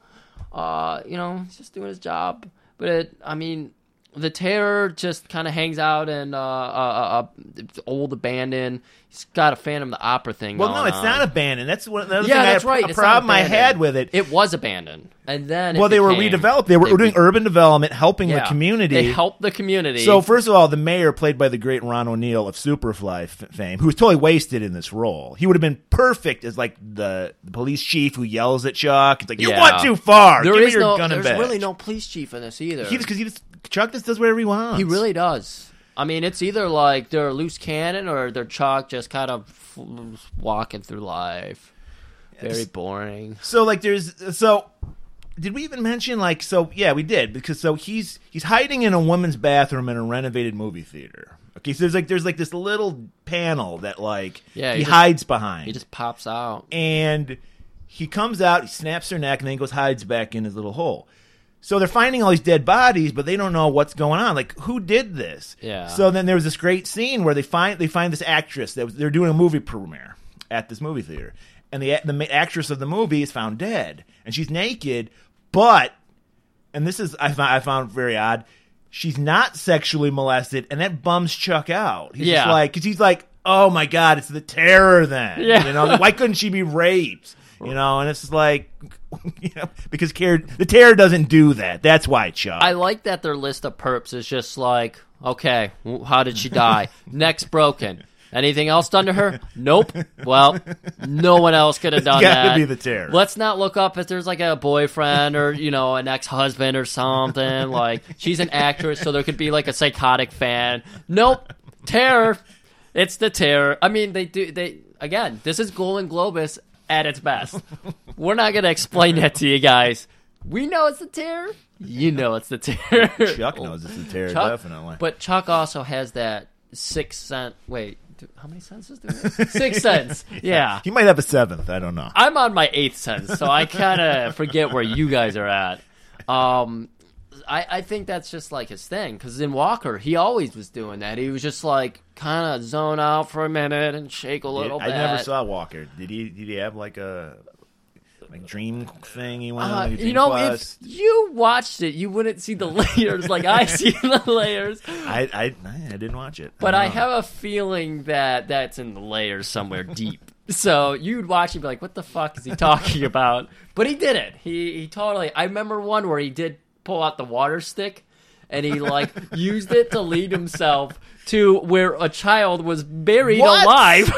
Speaker 1: Uh, you know, he's just doing his job. But it, I mean, the terror just kind of hangs out in uh, uh, uh, uh, old abandoned. He's got a Phantom of the Opera thing.
Speaker 2: Well,
Speaker 1: going
Speaker 2: no, it's
Speaker 1: on.
Speaker 2: not abandoned. That's one. That was
Speaker 1: Yeah,
Speaker 2: thing I
Speaker 1: that's
Speaker 2: had-
Speaker 1: right.
Speaker 2: A
Speaker 1: it's not
Speaker 2: problem I had
Speaker 1: abandoned.
Speaker 2: with it.
Speaker 1: It was abandoned, and then it
Speaker 2: well, they were
Speaker 1: became-
Speaker 2: redeveloped. They were
Speaker 1: they
Speaker 2: doing
Speaker 1: be-
Speaker 2: urban development, helping
Speaker 1: yeah,
Speaker 2: the community.
Speaker 1: They helped the community.
Speaker 2: So first of all, the mayor, played by the great Ron O'Neill of Superfly f- fame, who was totally wasted in this role. He would have been perfect as like the, the police chief who yells at Chuck. It's like you
Speaker 1: Yeah.
Speaker 2: went too far.
Speaker 1: there
Speaker 2: Give me
Speaker 1: is
Speaker 2: your
Speaker 1: no,
Speaker 2: gun and
Speaker 1: there's
Speaker 2: badge."
Speaker 1: really no police chief in this either.
Speaker 2: He just because he just Chuck just does whatever he wants.
Speaker 1: He really does. I mean, it's either like they're a loose cannon or they're Chuck just kind of f- walking through life. Very boring.
Speaker 2: So like there's so did we even mention like so yeah we did because so he's he's hiding in a woman's bathroom in a renovated movie theater. Okay, so there's like there's like this little panel that like
Speaker 1: Yeah,
Speaker 2: he,
Speaker 1: he just-
Speaker 2: hides behind.
Speaker 1: He just pops out.
Speaker 2: and he comes out, he snaps her neck, and then goes hides back in his little hole. So they're finding all these dead bodies, but they don't know what's going on. Like, who did this?
Speaker 1: Yeah.
Speaker 2: So then there was this great scene where they find they find this actress that was, they're doing a movie premiere at this movie theater, and the the ma- actress of the movie is found dead, and she's naked, but and this is I found, I found very odd. She's not sexually molested, and that bums Chuck out. He's just
Speaker 1: Yeah.
Speaker 2: like, because he's like, oh my god, it's the terror then.
Speaker 1: Yeah.
Speaker 2: You know, Um, why couldn't she be raped? You know, and it's just like, you know, because care, the terror doesn't do that. That's why Chuck.
Speaker 1: I like that their list of perps is just like, okay, w- how did she die? Neck's broken. Anything else done to her? Nope. Well, no one else could have done
Speaker 2: gotta
Speaker 1: that.
Speaker 2: be the terror.
Speaker 1: Let's not look up if there's like a boyfriend or you know an ex-husband or something. Like she's an actress, so there could be like a psychotic fan. Nope. Terror. It's the terror. I mean, they do. They again. This is Golden Globus at its best. We're not gonna explain that to you guys. We know it's the terror. You know it's the terror.
Speaker 2: Chuck knows it's the terror,
Speaker 1: Chuck-
Speaker 2: definitely.
Speaker 1: But Chuck also has that six cent. Wait, do, how many senses do we have? Six cents. Yeah.
Speaker 2: he might have a seventh. I don't know.
Speaker 1: I'm on my eighth sense, so I kind of forget where you guys are at. Um, I, I think that's just like his thing because in Walker, he always was doing that. He was just like kind of zone out for a minute and shake a little
Speaker 2: I
Speaker 1: bit.
Speaker 2: never saw Walker. Did he? Did he have like a like dream thing? He went
Speaker 1: Uh,
Speaker 2: on. Like a
Speaker 1: you
Speaker 2: dream
Speaker 1: know,
Speaker 2: quest?
Speaker 1: if you watched it, you wouldn't see the layers like I see the layers.
Speaker 2: I, I I didn't watch it. Uh-huh.
Speaker 1: But
Speaker 2: don't
Speaker 1: I
Speaker 2: know.
Speaker 1: have a feeling that that's in the layers somewhere deep. So you'd watch and be like, "What the fuck is he talking about?" But he did it. He he totally. I remember one where he did pull out the water stick, and he like used it to lead himself to where a child was buried
Speaker 2: What?
Speaker 1: alive.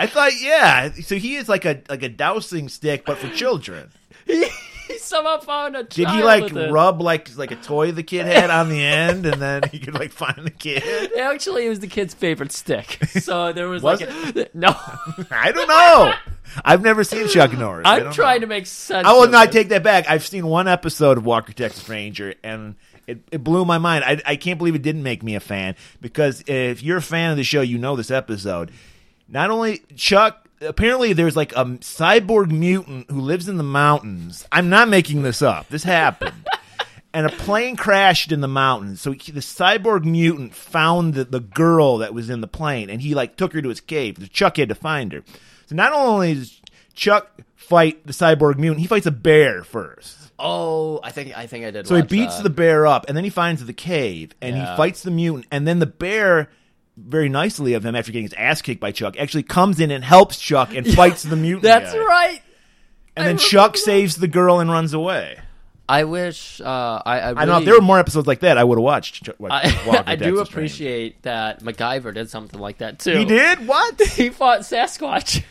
Speaker 2: I thought, yeah. So he is like a like a dousing stick, but for children.
Speaker 1: he, he somehow found a child.
Speaker 2: Did he like
Speaker 1: with it.
Speaker 2: rub like like a toy the kid had on the end, and then he could like find the kid?
Speaker 1: Actually, it was the kid's favorite stick. So there was,
Speaker 2: Was
Speaker 1: like a, no.
Speaker 2: I don't know. I've never seen Chuck Norris. I
Speaker 1: I'm
Speaker 2: don't
Speaker 1: trying
Speaker 2: know.
Speaker 1: to make sense.
Speaker 2: I will
Speaker 1: of
Speaker 2: not
Speaker 1: it.
Speaker 2: take that back. I've seen one episode of Walker Texas Ranger, and it, it blew my mind. I, I can't believe it didn't make me a fan because if you're a fan of the show, you know this episode. Not only Chuck. Apparently, there's like a cyborg mutant who lives in the mountains. I'm not making this up. This happened. and a plane crashed in the mountains. So he, the cyborg mutant found the, the girl that was in the plane, and he like took her to his cave. The Chuck had to find her. So not only does Chuck fight the cyborg mutant, he fights a bear first.
Speaker 1: Oh, I think I think I did.
Speaker 2: So he
Speaker 1: watch
Speaker 2: beats
Speaker 1: that.
Speaker 2: the bear up, and then he finds the cave, and
Speaker 1: Yeah.
Speaker 2: he fights the mutant, and then the bear. Very nicely of him after getting his ass kicked by Chuck, actually comes in and helps Chuck and fights the mutant.
Speaker 1: That's
Speaker 2: guy.
Speaker 1: right. I
Speaker 2: And then
Speaker 1: remember
Speaker 2: Chuck
Speaker 1: that.
Speaker 2: saves the girl and runs away.
Speaker 1: I wish. Uh, I. I, really,
Speaker 2: I don't know if there were more episodes like that, I would have watched. Chuck,
Speaker 1: I,
Speaker 2: Walker
Speaker 1: I do
Speaker 2: Texas Ranger.
Speaker 1: appreciate that MacGyver did something like that too.
Speaker 2: He did what?
Speaker 1: He fought Sasquatch.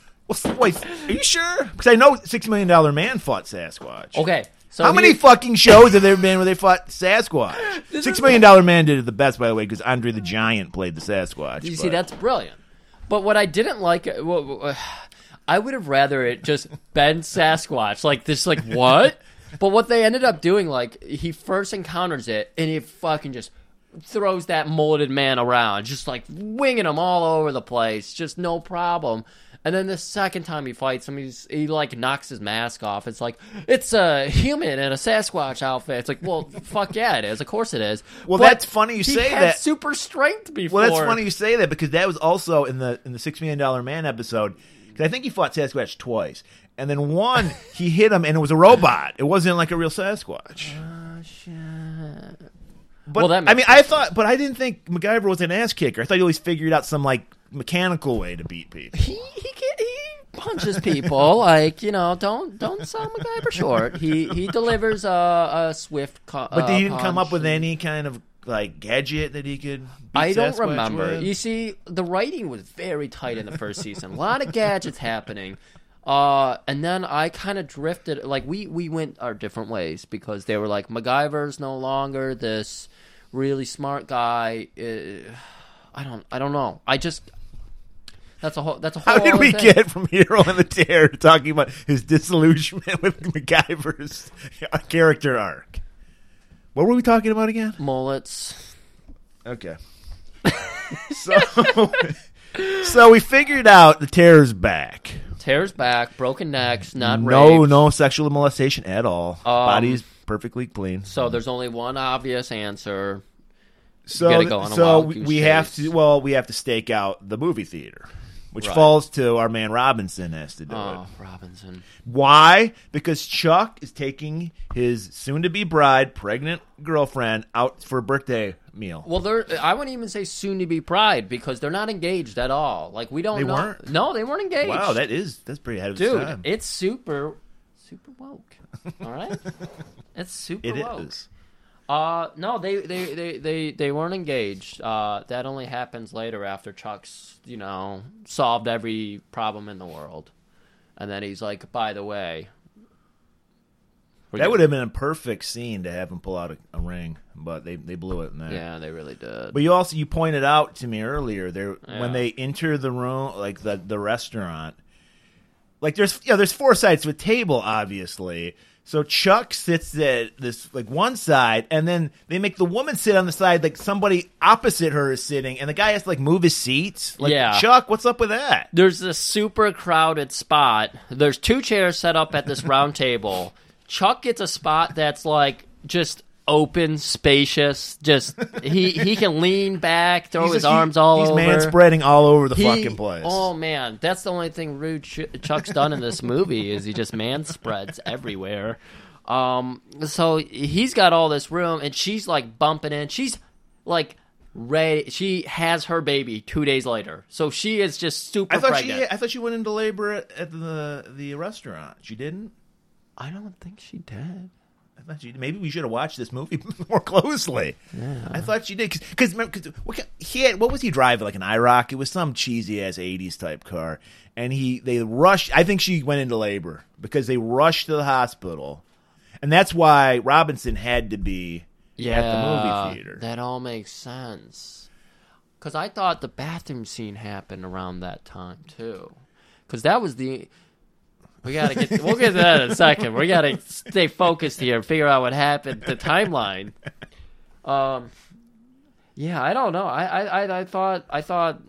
Speaker 2: Wait, are you sure? Because I know Six Million Dollar Man fought Sasquatch.
Speaker 1: Okay. So
Speaker 2: How
Speaker 1: he-
Speaker 2: many fucking shows have there been where they fought Sasquatch? Six Million Dollar Man did it the best, by the way, because Andre the Giant played the Sasquatch.
Speaker 1: You
Speaker 2: but-
Speaker 1: see, that's brilliant. But what I didn't like, uh, wha- wha- I would have rather it just been Sasquatch, like this, like what? but what they ended up doing, like he first encounters it, and he fucking just throws that molded man around, just like winging him all over the place, just no problem. And then the second time he fights him, he's, he like knocks his mask off. It's like it's a human in a Sasquatch outfit. It's like, well, fuck yeah, it is. Of course it is.
Speaker 2: Well, that's funny you
Speaker 1: he
Speaker 2: say
Speaker 1: had
Speaker 2: that.
Speaker 1: Super strength before.
Speaker 2: well, that's funny you say that because that was also in the in the Six Million Dollar Man episode. Because I think he fought Sasquatch twice, and then one he hit him, and it was a robot. It wasn't like a real Sasquatch. But
Speaker 1: Oh, Well, that
Speaker 2: I
Speaker 1: makes
Speaker 2: mean, I thought, but I didn't think MacGyver was an ass kicker. I thought he always figured out some like mechanical way to beat people.
Speaker 1: he he can, he punches people like you know don't don't sell MacGyver short. He he delivers a, a swift. Co-
Speaker 2: But
Speaker 1: uh,
Speaker 2: he didn't come
Speaker 1: punch.
Speaker 2: up with any kind of like gadget that he could. Beat
Speaker 1: I don't
Speaker 2: Sasquatch
Speaker 1: remember.
Speaker 2: with?
Speaker 1: You see, the writing was very tight in the first season. A lot of gadgets happening. Uh, and then I kind of drifted. Like we we went our different ways because they were like MacGyver's no longer this really smart guy. Uh, I don't I don't know. I just that's a whole that's a whole.
Speaker 2: How did
Speaker 1: other
Speaker 2: we
Speaker 1: thing.
Speaker 2: get from Hero and the Tear to talking about his disillusionment with MacGyver's character arc? What were we talking about again?
Speaker 1: mullets?
Speaker 2: Okay. so, so we figured out the Tear's back.
Speaker 1: tears back, broken necks, not
Speaker 2: No,
Speaker 1: raped.
Speaker 2: no sexual molestation at all. Body's perfectly clean.
Speaker 1: Um, So there's only one obvious answer.
Speaker 2: so
Speaker 1: gotta go on a
Speaker 2: so
Speaker 1: wild
Speaker 2: we,
Speaker 1: goose
Speaker 2: we have
Speaker 1: chase.
Speaker 2: to well we have to stake out the movie theater which
Speaker 1: Right.
Speaker 2: falls to our man robinson has to do
Speaker 1: Oh,
Speaker 2: it
Speaker 1: Robinson.
Speaker 2: why because chuck is taking his soon-to-be bride pregnant girlfriend out for a birthday meal
Speaker 1: Well, they're, I wouldn't even say soon to be pride because they're not engaged at all. Like we don't
Speaker 2: They
Speaker 1: know.
Speaker 2: weren't?
Speaker 1: No, they weren't engaged.
Speaker 2: wow that is that's pretty ahead of its
Speaker 1: dude,
Speaker 2: time
Speaker 1: it's super, super woke. All right, it's super
Speaker 2: It
Speaker 1: woke.
Speaker 2: is.
Speaker 1: Uh, no, they they, they, they, they weren't engaged. Uh, that only happens later after Chuck's, you know, solved every problem in the world. And then he's like, by the way. we're
Speaker 2: that
Speaker 1: gonna-
Speaker 2: would have been a perfect scene to have him pull out a, a ring but they, they blew it in there
Speaker 1: Yeah, they really did.
Speaker 2: But you also you pointed out to me earlier there
Speaker 1: Yeah.
Speaker 2: when they enter the room like the the restaurant. Like there's yeah there's four sides to a table obviously. So Chuck sits at this like one side and then they make the woman sit on the side like somebody opposite her is sitting and the guy has to like move his seat. Like
Speaker 1: Yeah.
Speaker 2: Chuck, what's up with that?
Speaker 1: There's this super crowded spot. There's two chairs set up at this round table. Chuck gets a spot that's like just open, spacious. Just he he can lean back, throw his
Speaker 2: just-
Speaker 1: arms all
Speaker 2: he's
Speaker 1: over.
Speaker 2: manspreading all over the
Speaker 1: He-
Speaker 2: fucking place.
Speaker 1: Oh man, that's the only thing rude Ch- Chuck's done in this movie is he just man spreads everywhere. Um, so he's got all this room, and she's like bumping in. She's like ready. She has her baby two days later, so she is just super
Speaker 2: I thought
Speaker 1: pregnant.
Speaker 2: she I thought she went into labor at, at the the restaurant. She didn't.
Speaker 1: I don't think she did.
Speaker 2: I thought you maybe we should have watched this movie more closely. I thought you did because what ki- he had what was he driving like an IROC? It was some cheesy ass '80s type car, and he they rushed. I think she went into labor because they rushed to the hospital, and that's why Robinson had to be
Speaker 1: yeah,
Speaker 2: at the movie theater.
Speaker 1: That all makes sense. Because I thought the bathroom scene happened around that time too. Because that was the. We gotta get. we'll get to that in a second. We gotta stay focused here and figure out what happened. The timeline. Um. Yeah, I don't know. I I I, I thought I thought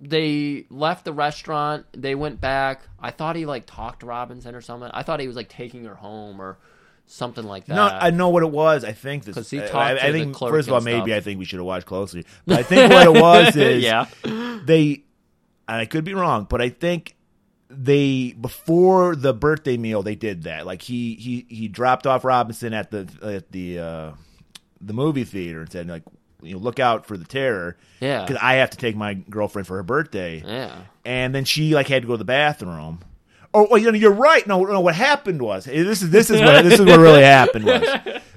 Speaker 1: they left the restaurant. They went back. I thought he like talked to Robinson or something. I thought he was like taking her home or something like that.
Speaker 2: No, I know what it was. I think this.
Speaker 1: 'Cause he
Speaker 2: I-
Speaker 1: talked
Speaker 2: I,
Speaker 1: to
Speaker 2: I
Speaker 1: the
Speaker 2: think
Speaker 1: clerk
Speaker 2: first of all,
Speaker 1: and
Speaker 2: maybe
Speaker 1: stuff.
Speaker 2: I think we should have watched closely. But I think what it was is
Speaker 1: yeah.
Speaker 2: they, and I could be wrong, but I think they before the birthday meal they did that. Like he he he dropped off Robinson at the at the uh, the movie theater and said like you know look out for the terror.
Speaker 1: Yeah.
Speaker 2: because I have to take my girlfriend for her birthday
Speaker 1: Yeah.
Speaker 2: and then she like had to go to the bathroom. Oh, well, you know, you're right. No, no, what happened was eh, this is this is what this is what really happened was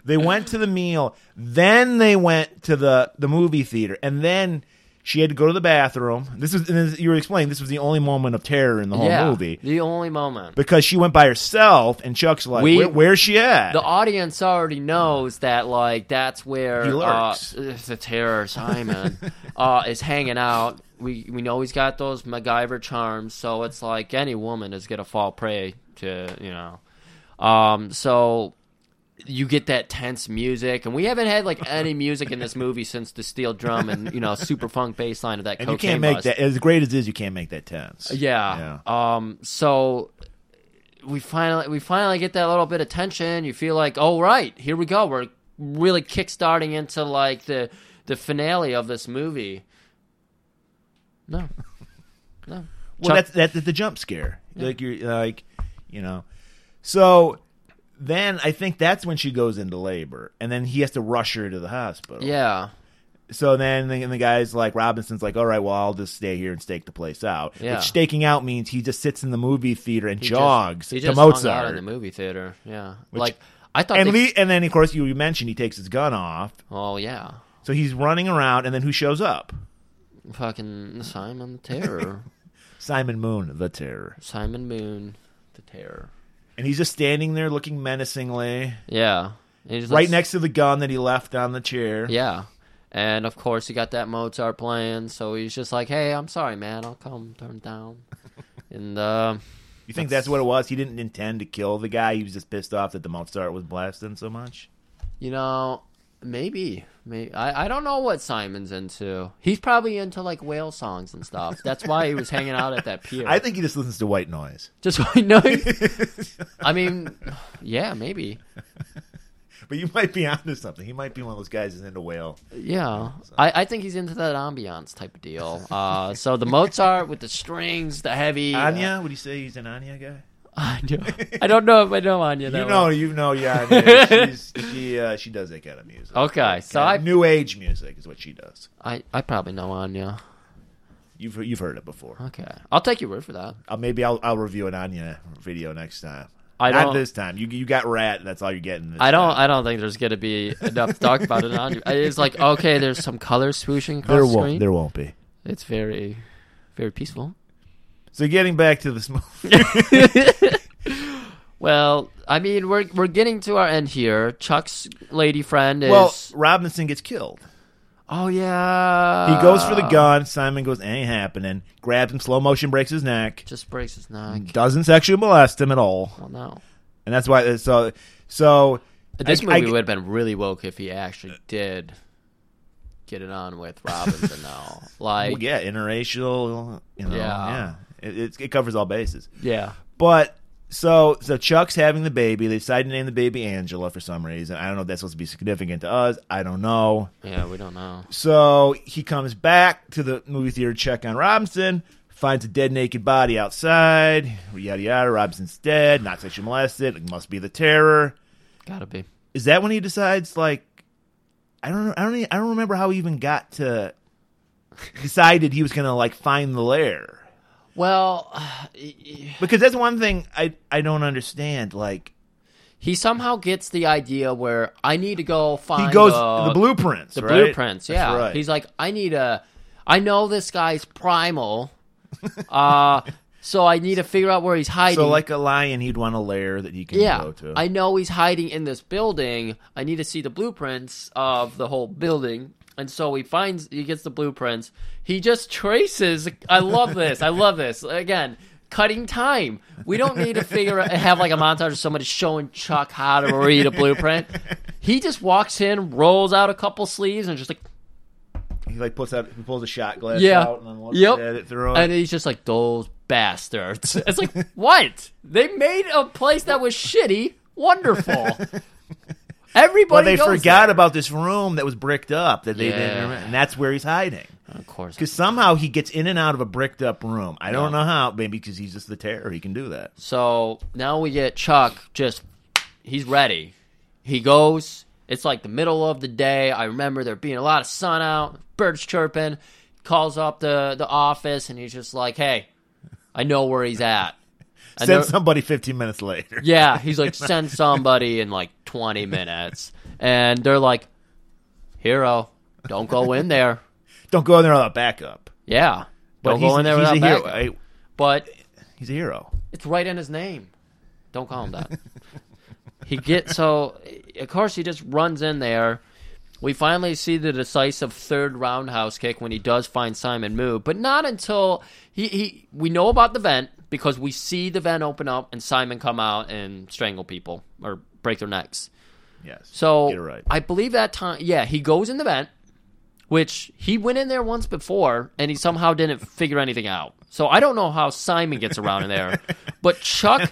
Speaker 2: they went to the meal, then they went to the the movie theater, and then she had to go to the bathroom. This is and this, you were explaining this was the only moment of terror in the whole
Speaker 1: yeah.
Speaker 2: movie
Speaker 1: The only moment.
Speaker 2: because she went by herself, and Chuck's like,
Speaker 1: We-
Speaker 2: Where, "Where's she at?"
Speaker 1: the audience already knows that like that's where
Speaker 2: He
Speaker 1: uh,
Speaker 2: lurks.
Speaker 1: the terror Simon uh, is hanging out. We we know he's got those MacGyver charms, so it's like any woman is gonna fall prey to you know. Um, so you get that tense music, and we haven't had like any music in this movie since the steel drum and you know super funk bass line of that.
Speaker 2: and you
Speaker 1: cocaine
Speaker 2: can't make
Speaker 1: bust.
Speaker 2: that as great as it is. You can't make that tense.
Speaker 1: Yeah. Um. So we finally we finally get that little bit of tension. You feel like, oh right, here we go. We're really kickstarting into like the the finale of this movie. No. No.
Speaker 2: Well,
Speaker 1: Chuck-
Speaker 2: that's that's the jump scare. Like you're like, you know. So then I think that's when she goes into labor, and then he has to rush her to the hospital.
Speaker 1: Yeah.
Speaker 2: So then the, and the guy's like, Robinson's like, all right, well, I'll just stay here and stake the place out.
Speaker 1: Yeah.
Speaker 2: Which staking out means he just sits in the movie theater and
Speaker 1: He just-
Speaker 2: jogs
Speaker 1: he
Speaker 2: to
Speaker 1: just hung out
Speaker 2: Mozart.
Speaker 1: in the movie theater. Yeah.
Speaker 2: Which-
Speaker 1: like I thought.
Speaker 2: and
Speaker 1: they-
Speaker 2: Lee, and then of course you you mentioned he takes his gun off,
Speaker 1: oh yeah.
Speaker 2: so he's running around, and then who shows up?
Speaker 1: Fucking Simon the Terror.
Speaker 2: Simon Moon, the Terror,
Speaker 1: Simon Moon the Terror.
Speaker 2: and he's just standing there looking menacingly,
Speaker 1: Yeah. And he just
Speaker 2: right
Speaker 1: looks-
Speaker 2: next to the gun that he left on the chair.
Speaker 1: Yeah. And of course, he got that Mozart playing, so he's just like, "Hey, I'm sorry, man. I'll come turn it down." and uh,
Speaker 2: You think that's, what it was? He didn't intend to kill the guy. He was just pissed off that the Mozart was blasting so much.
Speaker 1: you know, maybe, maybe I, I don't know what Simon's into. He's probably into like whale songs and stuff. That's why he was hanging out at that pier.
Speaker 2: I think he just listens to white noise.
Speaker 1: just so you know. I mean, yeah, maybe.
Speaker 2: But you might be onto something. He might be one of those guys that's into whale.
Speaker 1: Yeah, I, I think he's into that ambiance type of deal. Uh, so the Mozart with the strings, the heavy
Speaker 2: Anya? Would you say he's an Anya guy?
Speaker 1: Anya. I don't know if I know Anya. That
Speaker 2: You
Speaker 1: well.
Speaker 2: know, you know, yeah. Anya. She's, she uh, she does that kind of music.
Speaker 1: Okay, so
Speaker 2: Kind
Speaker 1: I
Speaker 2: of new age music is what she does.
Speaker 1: I, I probably know Anya.
Speaker 2: You've you've heard it before.
Speaker 1: Okay, I'll take your word for that.
Speaker 2: Uh, maybe I'll I'll review an Anya video next time.
Speaker 1: I
Speaker 2: Not
Speaker 1: don't-
Speaker 2: this time. You you got rat. That's all you're getting. This
Speaker 1: I don't
Speaker 2: Time.
Speaker 1: I don't think there's gonna be enough to talk about it on. you. It's like okay, there's some colors swooshing across
Speaker 2: There
Speaker 1: the
Speaker 2: won't
Speaker 1: screen.
Speaker 2: there won't be.
Speaker 1: It's very very peaceful.
Speaker 2: So getting back to this movie.
Speaker 1: Well, I mean we're we're getting to our end here. Chuck's lady friend is
Speaker 2: Well, Robinson gets killed.
Speaker 1: oh yeah.
Speaker 2: He goes for the
Speaker 1: Um,
Speaker 2: gun. Simon goes, ain't happening. Grabs him, slow motion breaks his neck.
Speaker 1: Just breaks his neck.
Speaker 2: Doesn't sexually molest him at all,
Speaker 1: Well, no.
Speaker 2: and that's why. uh, So, so
Speaker 1: This
Speaker 2: I- I-
Speaker 1: movie would have been really woke if he actually did get it on with Robinson though. Like
Speaker 2: well, yeah, interracial. You
Speaker 1: Yeah.
Speaker 2: know, yeah, It, it, it covers all bases.
Speaker 1: yeah.
Speaker 2: But so so Chuck's having the baby. They decide to name the baby Angela for some reason. I don't know if that's supposed to be significant to us. I don't know.
Speaker 1: Yeah, we don't know.
Speaker 2: So he comes back to the movie theater to check on Robinson, finds a dead naked body outside, yada yada. Robinson's dead, not sexually molested. It must be the terror.
Speaker 1: Gotta be.
Speaker 2: Is that when he decides? Like, I don't, I don't, e- I don't remember how he even got to decided he was gonna like find the lair
Speaker 1: Well,
Speaker 2: because that's one thing I I don't understand. Like
Speaker 1: he somehow gets the idea where I need to go
Speaker 2: he
Speaker 1: find
Speaker 2: goes
Speaker 1: a-
Speaker 2: the blueprints,
Speaker 1: the
Speaker 2: right?
Speaker 1: blueprints.
Speaker 2: That's
Speaker 1: Yeah,
Speaker 2: right.
Speaker 1: he's like, I need a. I know this guy's primal. Uh So I need to figure out where he's hiding.
Speaker 2: So, like a lion, he'd want a lair that he can
Speaker 1: yeah,
Speaker 2: go to.
Speaker 1: I know he's hiding in this building. I need to see the blueprints of the whole building. And so he finds, he gets the blueprints. He just traces. I love this. I love this. Again, cutting time. We don't need to figure out, have like a montage of somebody showing Chuck how to read a blueprint. He just walks in, rolls out a couple sleeves, and just like,
Speaker 2: he like puts out, he pulls a shot glass
Speaker 1: yeah.
Speaker 2: out and then looks
Speaker 1: yep.
Speaker 2: at it through it.
Speaker 1: And he's just like, those bastards. It's like, what? They made a place that was shitty wonderful.
Speaker 2: Well,
Speaker 1: Everybody
Speaker 2: they
Speaker 1: goes
Speaker 2: forgot
Speaker 1: there.
Speaker 2: about this room that was bricked up that they
Speaker 1: Yeah.
Speaker 2: didn't remember, and that's where he's hiding.
Speaker 1: Of course.
Speaker 2: Because somehow he gets in and out of a bricked up room. I don't know how, maybe because he's just the terror. He can do that.
Speaker 1: So now we get Chuck just, he's ready. He goes. It's like the middle of the day. I remember there being a lot of sun out, birds chirping. Calls up the, the office and he's just like, hey, I know where he's at. And
Speaker 2: Send
Speaker 1: they're-
Speaker 2: somebody 15 minutes later.
Speaker 1: Yeah, he's like, send somebody in like 20 minutes. And they're like, hero, don't go in there.
Speaker 2: Don't go in there without backup.
Speaker 1: Yeah.
Speaker 2: But
Speaker 1: don't go
Speaker 2: he's-
Speaker 1: in there
Speaker 2: he's
Speaker 1: without
Speaker 2: a hero.
Speaker 1: backup.
Speaker 2: I-
Speaker 1: But
Speaker 2: He's a hero.
Speaker 1: it's right in his name. Don't call him that. he gets so, of course, he just runs in there. We finally see the decisive third roundhouse kick when he does find Simon Moo, but not until he, he we know about the vent because we see the vent open up and Simon come out and strangle people or break their necks.
Speaker 2: Yes.
Speaker 1: So
Speaker 2: You're right.
Speaker 1: I believe that time, yeah, he goes in the vent, which he went in there once before, and he somehow didn't figure anything out. So I don't know how Simon gets around in there, but Chuck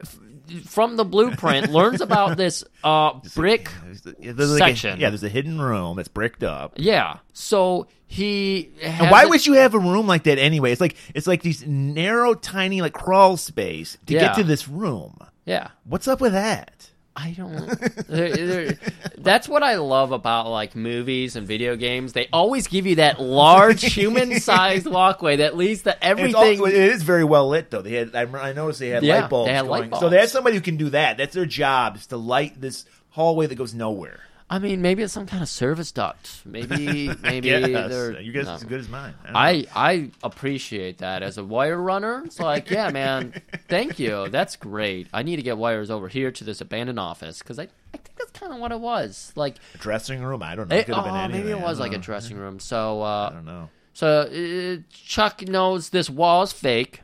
Speaker 1: f- from the blueprint learns about this uh, brick.
Speaker 2: There's the- yeah, there's like a-
Speaker 1: Section.
Speaker 2: yeah, there's a hidden room that's bricked up.
Speaker 1: Yeah, so he.
Speaker 2: And why would you have a room like that anyway? It's like it's like these narrow, tiny, like crawl space to
Speaker 1: Yeah.
Speaker 2: get to this room.
Speaker 1: Yeah,
Speaker 2: What's up with that?
Speaker 1: I don't. there- there- that's what I love about like movies and video games. They always give you that large human-sized walkway that leads to
Speaker 2: It's
Speaker 1: everything.
Speaker 2: all- it is very well lit though. They had I, remember- I noticed they had
Speaker 1: Yeah,
Speaker 2: light bulbs.
Speaker 1: they had
Speaker 2: going.
Speaker 1: light bulbs.
Speaker 2: So they had somebody who can do that. That's their job is to light this hallway that goes nowhere.
Speaker 1: I mean, maybe it's some kind of service duct. Maybe, maybe
Speaker 2: Yes.
Speaker 1: they're.
Speaker 2: Your guess
Speaker 1: no.
Speaker 2: is as good as mine. don't know.
Speaker 1: I I appreciate that as a wire runner. It's like, yeah, man, thank you. That's great. I need to get wires over here to this abandoned office because I I think that's kind of what it was. Like,
Speaker 2: dressing room. I don't know. It
Speaker 1: it,
Speaker 2: could have been
Speaker 1: oh,
Speaker 2: anything.
Speaker 1: maybe it
Speaker 2: I
Speaker 1: was
Speaker 2: don't
Speaker 1: like a
Speaker 2: know.
Speaker 1: dressing room. So
Speaker 2: I
Speaker 1: uh,
Speaker 2: don't know.
Speaker 1: so uh, Chuck knows this wall is fake.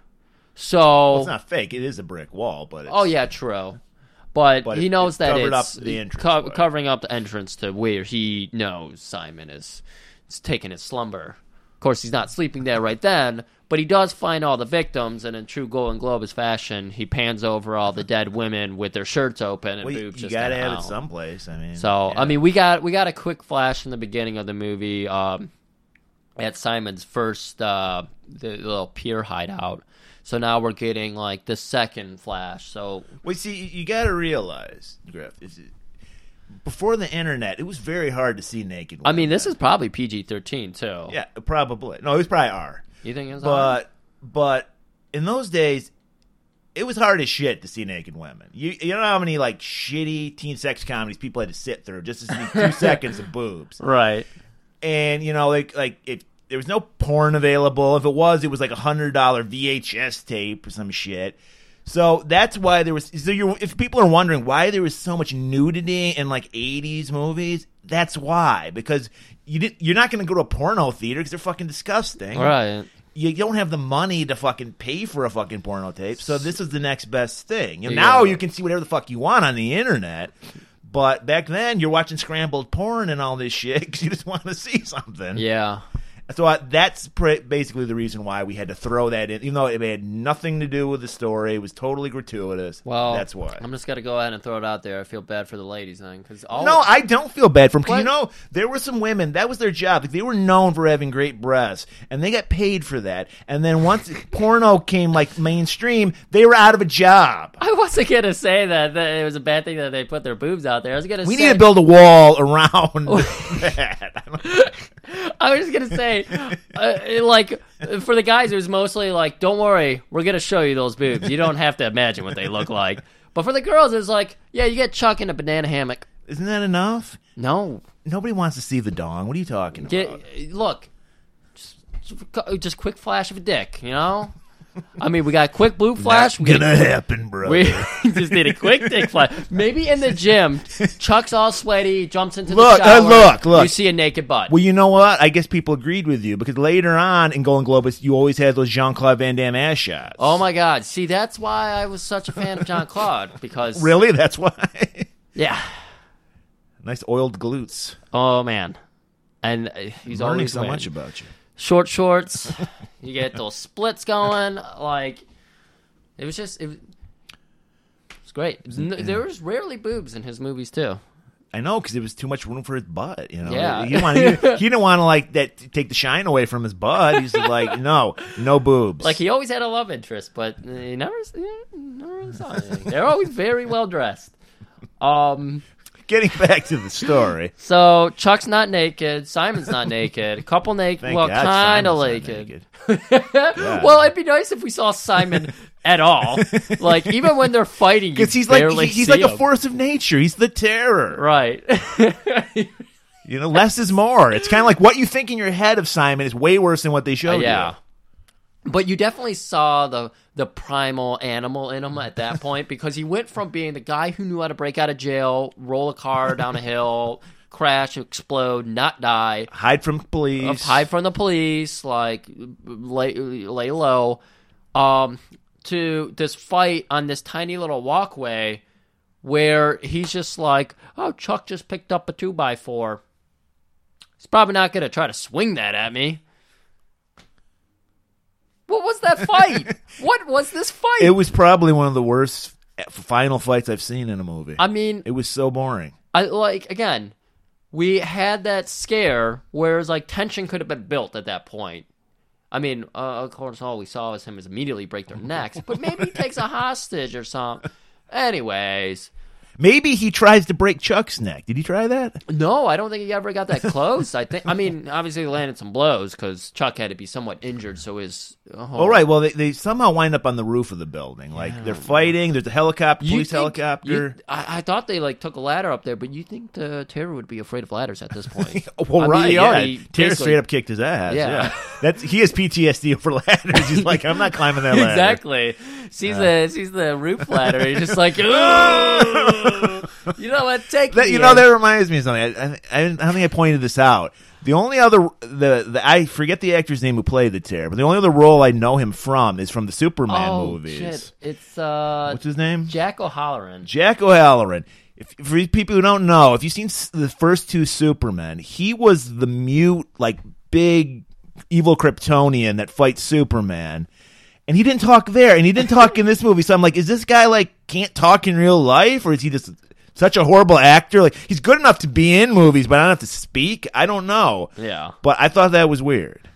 Speaker 1: So
Speaker 2: It's not fake. It is a brick wall, but it's,
Speaker 1: Oh yeah, true. But,
Speaker 2: But
Speaker 1: he
Speaker 2: it-
Speaker 1: knows
Speaker 2: it
Speaker 1: that
Speaker 2: covered
Speaker 1: it's
Speaker 2: up the entrance
Speaker 1: co-
Speaker 2: way.
Speaker 1: covering up the entrance to where he knows Simon is, is taking his slumber. Of course, he's not sleeping there right then, but he does find all the victims, and in true Golden Globus fashion, he pans over all the dead women with their shirts open and
Speaker 2: Well, you,
Speaker 1: boobs
Speaker 2: you
Speaker 1: just
Speaker 2: gotta
Speaker 1: hanging
Speaker 2: have it
Speaker 1: out.
Speaker 2: someplace. I mean,
Speaker 1: So
Speaker 2: yeah.
Speaker 1: I mean, we got we got a quick flash in the beginning of the movie um, at Simon's first uh, the little pier hideout. So now we're getting like the second flash. So
Speaker 2: Well, see, you- you got to realize, Griff, is it, before the internet, it was very hard to see naked.
Speaker 1: I
Speaker 2: women.
Speaker 1: mean, this is probably PG thirteen too.
Speaker 2: yeah, probably no, it was probably R,
Speaker 1: you think it's on?
Speaker 2: but but in those days, it was hard as shit to see naked women. You you know how many like shitty teen sex comedies people had to sit through just to see two seconds of boobs,
Speaker 1: right?
Speaker 2: and you know like like if there was no porn available if it was it was like a hundred dollar vhs tape or some shit so that's why there was so you're if people are wondering why there was so much nudity in like 80s movies that's why because you did, you're not going to go to a porno theater because they're fucking disgusting
Speaker 1: Right.
Speaker 2: you don't have the money to fucking pay for a fucking porno tape so this is the next best thing you know,
Speaker 1: Yeah.
Speaker 2: now you can see whatever the fuck you want on the internet but back then you're watching scrambled porn and all this shit because you just want to see something
Speaker 1: Yeah.
Speaker 2: so I, that's pr- basically the reason why we had to throw that in, even though it had nothing to do with the story. It was totally gratuitous.
Speaker 1: Well,
Speaker 2: that's why.
Speaker 1: I'm just gonna go ahead and throw it out there. I feel bad for the ladies then, because all
Speaker 2: no, I don't feel bad for them. 'cause you
Speaker 1: Oh. What?
Speaker 2: know, there were some women that was their job. Like, they were known for having great breasts, and they got paid for that. And then once porno came like mainstream, they were out of a job.
Speaker 1: I wasn't gonna say that, that it was a bad thing that they put their boobs out there. I was gonna
Speaker 2: We
Speaker 1: say
Speaker 2: need to build a wall around that. I don't-
Speaker 1: I was gonna say, uh, it, like for the guys, it was mostly like, "Don't worry, we're gonna show you those boobs. You don't have to imagine what they look like." But for the girls, it was like, "Yeah, you get Chuck in a banana hammock."
Speaker 2: Isn't that enough?
Speaker 1: No,
Speaker 2: Nobody wants to see the dong. What are you talking
Speaker 1: get
Speaker 2: about?
Speaker 1: look, just, just quick flash of a dick, you know. I mean, we got quick boot flash. We,
Speaker 2: gonna happen, bro.
Speaker 1: we just need a quick dick flash. Maybe in the gym, Chuck's all sweaty, jumps into
Speaker 2: Look,
Speaker 1: the
Speaker 2: uh,
Speaker 1: shower.
Speaker 2: look, look.
Speaker 1: You see a naked butt.
Speaker 2: Well, you know what? I guess people agreed with you because later on in Golden Globus, you always had those Jean Claude Van Damme ass shots.
Speaker 1: oh my god! See, that's why I was such a fan of John Claude because
Speaker 2: really? That's why.
Speaker 1: yeah.
Speaker 2: nice oiled glutes.
Speaker 1: Oh man, and uh, he's
Speaker 2: Learning
Speaker 1: always
Speaker 2: so
Speaker 1: winning.
Speaker 2: much about you.
Speaker 1: short shorts. you get those splits going. Like it was just it was, it's great. N- there was rarely boobs in his movies too.
Speaker 2: I know because there was too much room for his butt. You know,
Speaker 1: Yeah.
Speaker 2: he didn't want to. He didn't want to like that take the shine away from his butt. He's like, no, no boobs.
Speaker 1: Like he always had a love interest, but he never you never really saw anything. They're always very well dressed. Um.
Speaker 2: getting back to the story.
Speaker 1: So Chuck's not naked. Simon's not naked. A couple naked.
Speaker 2: Thank
Speaker 1: Well,
Speaker 2: God
Speaker 1: kind of
Speaker 2: Simon's not
Speaker 1: naked.
Speaker 2: naked.
Speaker 1: Well, it'd be nice if we saw Simon at all. Like even when they're fighting, you
Speaker 2: Because he's like
Speaker 1: barely
Speaker 2: he- he's
Speaker 1: see
Speaker 2: like a
Speaker 1: him.
Speaker 2: force of nature. He's the terror.
Speaker 1: right.
Speaker 2: You know, less is more. It's kind of like what you think in your head of Simon is way worse than what they showed
Speaker 1: Uh, yeah.
Speaker 2: you.
Speaker 1: But you definitely saw the the primal animal in him at that point because he went from being the guy who knew how to break out of jail, roll a car down a hill, crash, explode, not die,
Speaker 2: Hide from police.
Speaker 1: up hide from the police, like lay, lay low, um, to this fight on this tiny little walkway where he's just like, oh, Chuck just picked up a two by four. He's probably not gonna try to swing that at me. What was that fight? what was this fight?
Speaker 2: It was probably one of the worst final fights I've seen in a movie.
Speaker 1: I mean,
Speaker 2: it was so boring.
Speaker 1: I like again, we had that scare whereas like tension could have been built at that point. I mean, uh, of course, all we saw was him is immediately break their necks, but maybe he takes a hostage or something. Anyways,
Speaker 2: Maybe he tries to break Chuck's neck. Did he try that?
Speaker 1: no, I don't think he ever got that close. I think, I mean, obviously he landed some blows because Chuck had to be somewhat injured, so his. Oh,
Speaker 2: All right. Well, they, they somehow wind up on the roof of the building. Like they're fighting. There's a helicopter,
Speaker 1: You
Speaker 2: police
Speaker 1: think-
Speaker 2: helicopter.
Speaker 1: you- I, I thought they like took a ladder up there, but you think the terror would be afraid of ladders at this point?
Speaker 2: well,
Speaker 1: I mean,
Speaker 2: right.
Speaker 1: he
Speaker 2: yeah.
Speaker 1: already
Speaker 2: Terry
Speaker 1: basically-
Speaker 2: straight up kicked his ass.
Speaker 1: Yeah.
Speaker 2: Yeah. That's he has PTSD over ladders. He's like, I'm not climbing that ladder.
Speaker 1: Exactly. Sees the sees the roof ladder. He's just like, "Ugh." you know what? Take
Speaker 2: That,
Speaker 1: me
Speaker 2: you know
Speaker 1: in."
Speaker 2: that reminds me of something. I, I, I didn't- I don't think I pointed this out. The only other the, the I forget the actor's name who played the tear, but the only other role I know him from is from the Superman
Speaker 1: oh,
Speaker 2: movies.
Speaker 1: Shit. It's uh,
Speaker 2: What's his name?
Speaker 1: Jack O'Halloran.
Speaker 2: Jack O'Halloran. If, for you people who don't know, if you've seen s- the first two Supermen, he was the mute, like big evil Kryptonian that fights Superman, and he didn't talk there, and he didn't talk in this movie. So I'm like, is this guy like can't talk in real life, or is he just such a horrible actor? Like he's good enough to be in movies, but I don't have to speak. I don't know.
Speaker 1: Yeah.
Speaker 2: But I thought that was weird.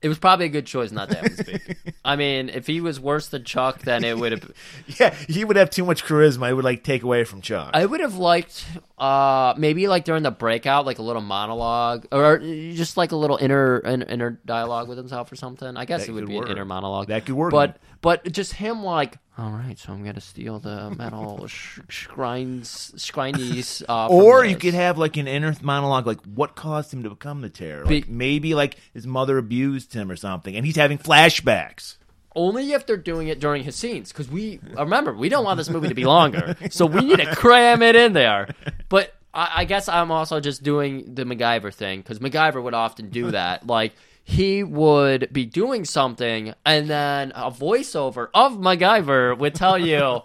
Speaker 1: It was probably a good choice not to have him speak. I mean, if he was worse than Chuck, then it would have.
Speaker 2: Yeah, he would have too much charisma. It would like take away from Chuck.
Speaker 1: I would have liked, uh, maybe like during the breakout, like a little monologue or just like a little inner in, inner dialogue with himself or something. I guess
Speaker 2: That
Speaker 1: it would
Speaker 2: could
Speaker 1: be
Speaker 2: work.
Speaker 1: an inner monologue.
Speaker 2: That could work.
Speaker 1: But but just him like, all right, so I'm gonna steal the metal sh- shrines, shrinies. Uh, from
Speaker 2: Or you
Speaker 1: this."
Speaker 2: could have like an inner monologue, like what caused him to become the terror.
Speaker 1: Be-
Speaker 2: Like, maybe like his mother abused him or something, and he's having flashbacks.
Speaker 1: only if they're doing it during his scenes because we remember we don't want this movie to be longer, so we need to cram it in there. But I, I guess I'm also just doing the MacGyver thing because MacGyver would often do that. Like he would be doing something, and then a voiceover of MacGyver would tell you.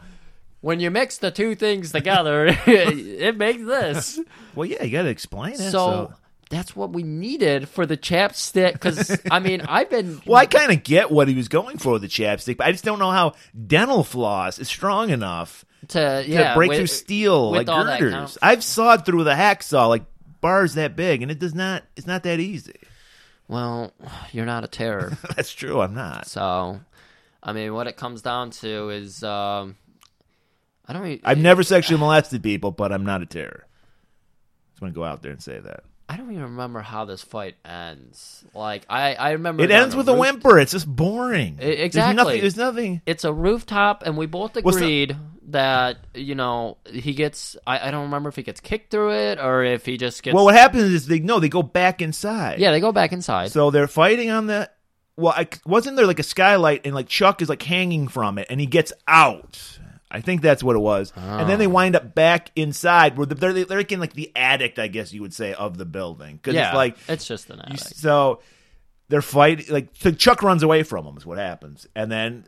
Speaker 1: When you mix the two things together, it makes this.
Speaker 2: Well, yeah, you got to explain it. So,
Speaker 1: So that's what we needed for the chapstick. Because I mean, I've been
Speaker 2: well, I kind of get what he was going for with the chapstick, but I just don't know how dental floss is strong enough
Speaker 1: to
Speaker 2: to
Speaker 1: yeah
Speaker 2: break
Speaker 1: with-
Speaker 2: through steel
Speaker 1: with
Speaker 2: like
Speaker 1: all that
Speaker 2: girders.
Speaker 1: count-
Speaker 2: I've sawed through with a hacksaw like bars that big, and it does not. It's not that easy.
Speaker 1: Well, you're not a terror.
Speaker 2: That's true. I'm not.
Speaker 1: so, I mean, what it comes down to is um, I don't. e, Really,
Speaker 2: I've never sexually molested people, but I'm not a terror. Just want to go out there and say that.
Speaker 1: I don't even remember how this fight ends. Like I, I remember
Speaker 2: It
Speaker 1: on
Speaker 2: ends with a
Speaker 1: roof-
Speaker 2: whimper. It's just boring.
Speaker 1: E- exactly.
Speaker 2: There's nothing. There's nothing.
Speaker 1: It's a rooftop, and we both
Speaker 2: What's the-
Speaker 1: agreed that you know he gets. I, I don't remember if he gets kicked through it or if he just gets.
Speaker 2: Well, what happens is they no, they go back inside.
Speaker 1: yeah, they go back inside.
Speaker 2: So they're fighting on the well, I, wasn't there like a skylight and like Chuck is like hanging from it and he gets out. I think that's what it was. And
Speaker 1: Ah.
Speaker 2: then they wind up back inside where they're, they're like in like the attic, I guess you would say, of the building. Because
Speaker 1: yeah,
Speaker 2: it's like,
Speaker 1: it's just an
Speaker 2: you-
Speaker 1: attic.
Speaker 2: so they're fighting. Like so Chuck runs away from him is what happens, and then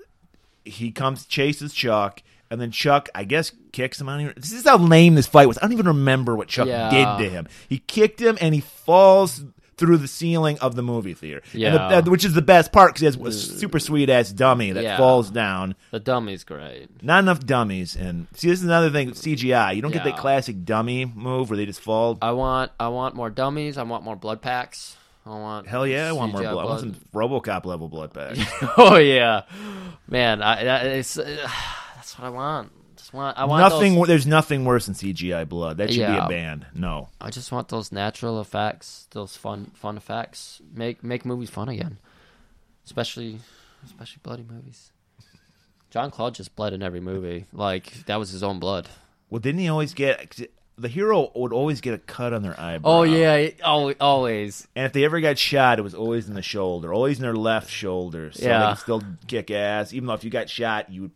Speaker 2: he comes chases Chuck, and then Chuck I guess kicks him. I don't even, this is how lame this fight was. I don't even remember what Chuck
Speaker 1: Yeah.
Speaker 2: did to him. He kicked him, and he falls through the ceiling of the movie theater. And the-
Speaker 1: Yeah.
Speaker 2: uh, which is the best part because he has a super sweet ass dummy that
Speaker 1: Yeah.
Speaker 2: falls down.
Speaker 1: the dummy's great.
Speaker 2: Not enough dummies, and see this is another thing with CGI. You don't get that
Speaker 1: Yeah. Uh,
Speaker 2: classic dummy move where they just fall.
Speaker 1: I want I want more dummies. I want more blood packs. I want
Speaker 2: Hell yeah, I want more
Speaker 1: CGI
Speaker 2: blood. I want some RoboCop level blood back.
Speaker 1: Oh yeah, man. I, that, it's, uh, that's what I want. Just want I want
Speaker 2: nothing.
Speaker 1: Those,
Speaker 2: wor- There's nothing worse than CGI blood. That should be
Speaker 1: Yeah.
Speaker 2: a ban. No.
Speaker 1: I just want those natural effects, those fun fun effects. Make make movies fun again, especially especially bloody movies. John Claude just bled in every movie. Like that was his own blood.
Speaker 2: Well, didn't he always get the hero would always get a cut on their eyebrow?
Speaker 1: Oh yeah, always. always.
Speaker 2: And if they ever got shot, it was always in the shoulder, always in their left shoulder. So they
Speaker 1: Yeah.
Speaker 2: could still kick ass, even though if you got shot, you would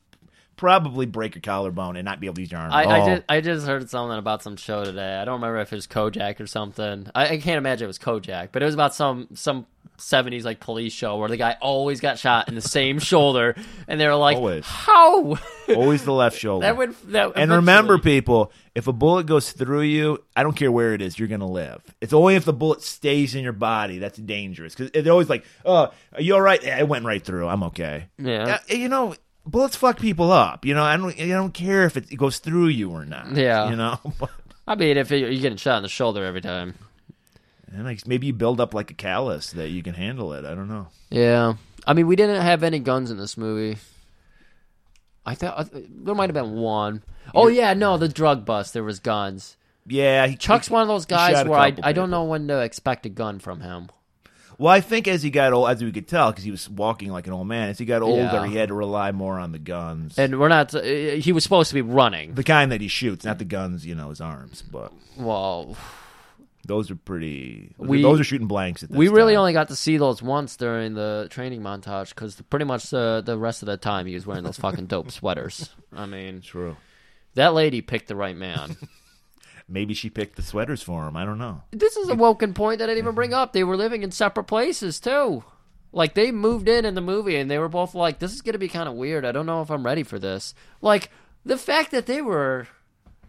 Speaker 2: probably break your collarbone and not be able to use your arm. Oh.
Speaker 1: I,
Speaker 2: at
Speaker 1: I
Speaker 2: all.
Speaker 1: just I just heard something about some show today. I don't remember if it was Kojak or something. I, I can't imagine it was Kojak, but it was about some some seventies like police show where the guy always got shot in the same shoulder, and they were like,
Speaker 2: Always.
Speaker 1: "How?"
Speaker 2: always the left shoulder.
Speaker 1: that would that
Speaker 2: and remember,
Speaker 1: eventually-
Speaker 2: people, if a bullet goes through you, I don't care where it is, you're gonna live. It's only if the bullet stays in your body that's dangerous. Because they're always like, "Oh, are you all right? Yeah, it went right through. I'm okay."
Speaker 1: Yeah.
Speaker 2: Uh, you know, bullets fuck people up. You know, I don't, I don't care if it, it goes through you or not.
Speaker 1: Yeah.
Speaker 2: you know.
Speaker 1: I mean, if you're you're getting shot in the shoulder every time,
Speaker 2: and like, maybe you build up like a callus that you can handle it. I don't know.
Speaker 1: yeah. I mean, we didn't have any guns in this movie. I thought I- there might have been one. Oh yeah, no, the drug bust. There was guns.
Speaker 2: Yeah, he
Speaker 1: Chuck's one of those
Speaker 2: he shot
Speaker 1: guys
Speaker 2: a
Speaker 1: where I,
Speaker 2: couple
Speaker 1: I don't
Speaker 2: people.
Speaker 1: know when to expect a gun from him.
Speaker 2: Well, I think as he got old, as we could tell, because he was walking like an old man. As he got older,
Speaker 1: Yeah.
Speaker 2: he had to rely more on the guns.
Speaker 1: And we're not. Uh, he was supposed to be running.
Speaker 2: the kind that he shoots, not the guns, you know, his arms. But
Speaker 1: Well,
Speaker 2: those are pretty. those are-
Speaker 1: We-
Speaker 2: those are shooting blanks. At this
Speaker 1: we really
Speaker 2: time.
Speaker 1: only got to see those once during the training montage because pretty much uh, the the rest of the time he was wearing those fucking dope sweaters. I mean,
Speaker 2: true.
Speaker 1: that lady picked the right man.
Speaker 2: Maybe she picked the sweaters for him. I don't know.
Speaker 1: this is a woken point that I didn't even bring up. They were living in separate places too. Like they moved in in the movie, and they were both like, "This is gonna be kind of weird. I don't know if I'm ready for this." Like the fact that they were,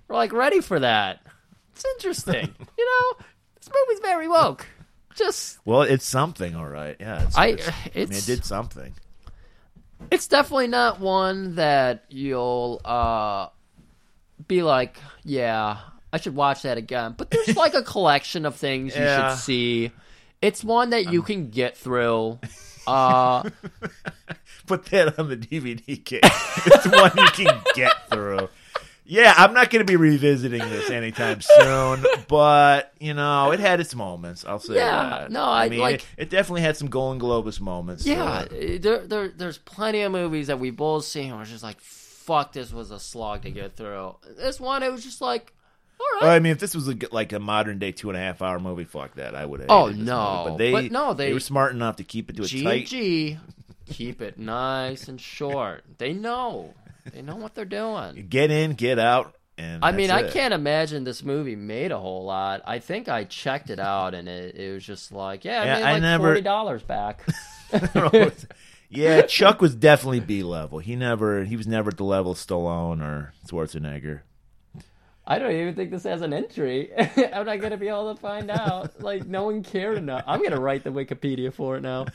Speaker 1: were like ready for that. It's interesting, you know. This movie's very woke. Just
Speaker 2: Well, it's something, all right. Yeah, it's,
Speaker 1: I-
Speaker 2: it's- I mean, it
Speaker 1: it's-
Speaker 2: did something.
Speaker 1: it's definitely not one that you'll uh be like, yeah, I should watch that again. But there's like a collection of things you
Speaker 2: Yeah.
Speaker 1: should see. It's one that you can get through. Uh
Speaker 2: put that on the DVD case. It's one you can get through. Yeah, I'm not going to be revisiting this anytime soon, but you know, it had its moments. I'll say
Speaker 1: Yeah,
Speaker 2: that.
Speaker 1: no, I-
Speaker 2: mean,
Speaker 1: like-
Speaker 2: it, it definitely had some Golden Globus moments. to
Speaker 1: yeah, uh,
Speaker 2: it.
Speaker 1: there, there there's plenty of movies that we both see and we're just like, fuck, this was a slog to get through. This one, it was just like, all right.
Speaker 2: I mean, if this was a, g- like a modern day two and a half hour movie, fuck that. I would. have
Speaker 1: Oh,
Speaker 2: hated this
Speaker 1: no.
Speaker 2: movie. but they
Speaker 1: But no, they-
Speaker 2: were smart enough to keep it to a tight.
Speaker 1: GG, keep it nice and short. They know, they know what they're doing.
Speaker 2: Get in, get out, and
Speaker 1: I mean,
Speaker 2: that's
Speaker 1: I
Speaker 2: it.
Speaker 1: can't imagine this movie made a whole lot. I think I checked it out, and it, it was just like, yeah, I
Speaker 2: Yeah,
Speaker 1: made
Speaker 2: I
Speaker 1: like
Speaker 2: never-
Speaker 1: forty dollars back.
Speaker 2: yeah, Chuck was definitely B level. He never, he was never at the level of Stallone or Schwarzenegger.
Speaker 1: I don't even think this has an entry. I'm not gonna be able to find out. Like, no one cared enough. I'm gonna write the Wikipedia for it now.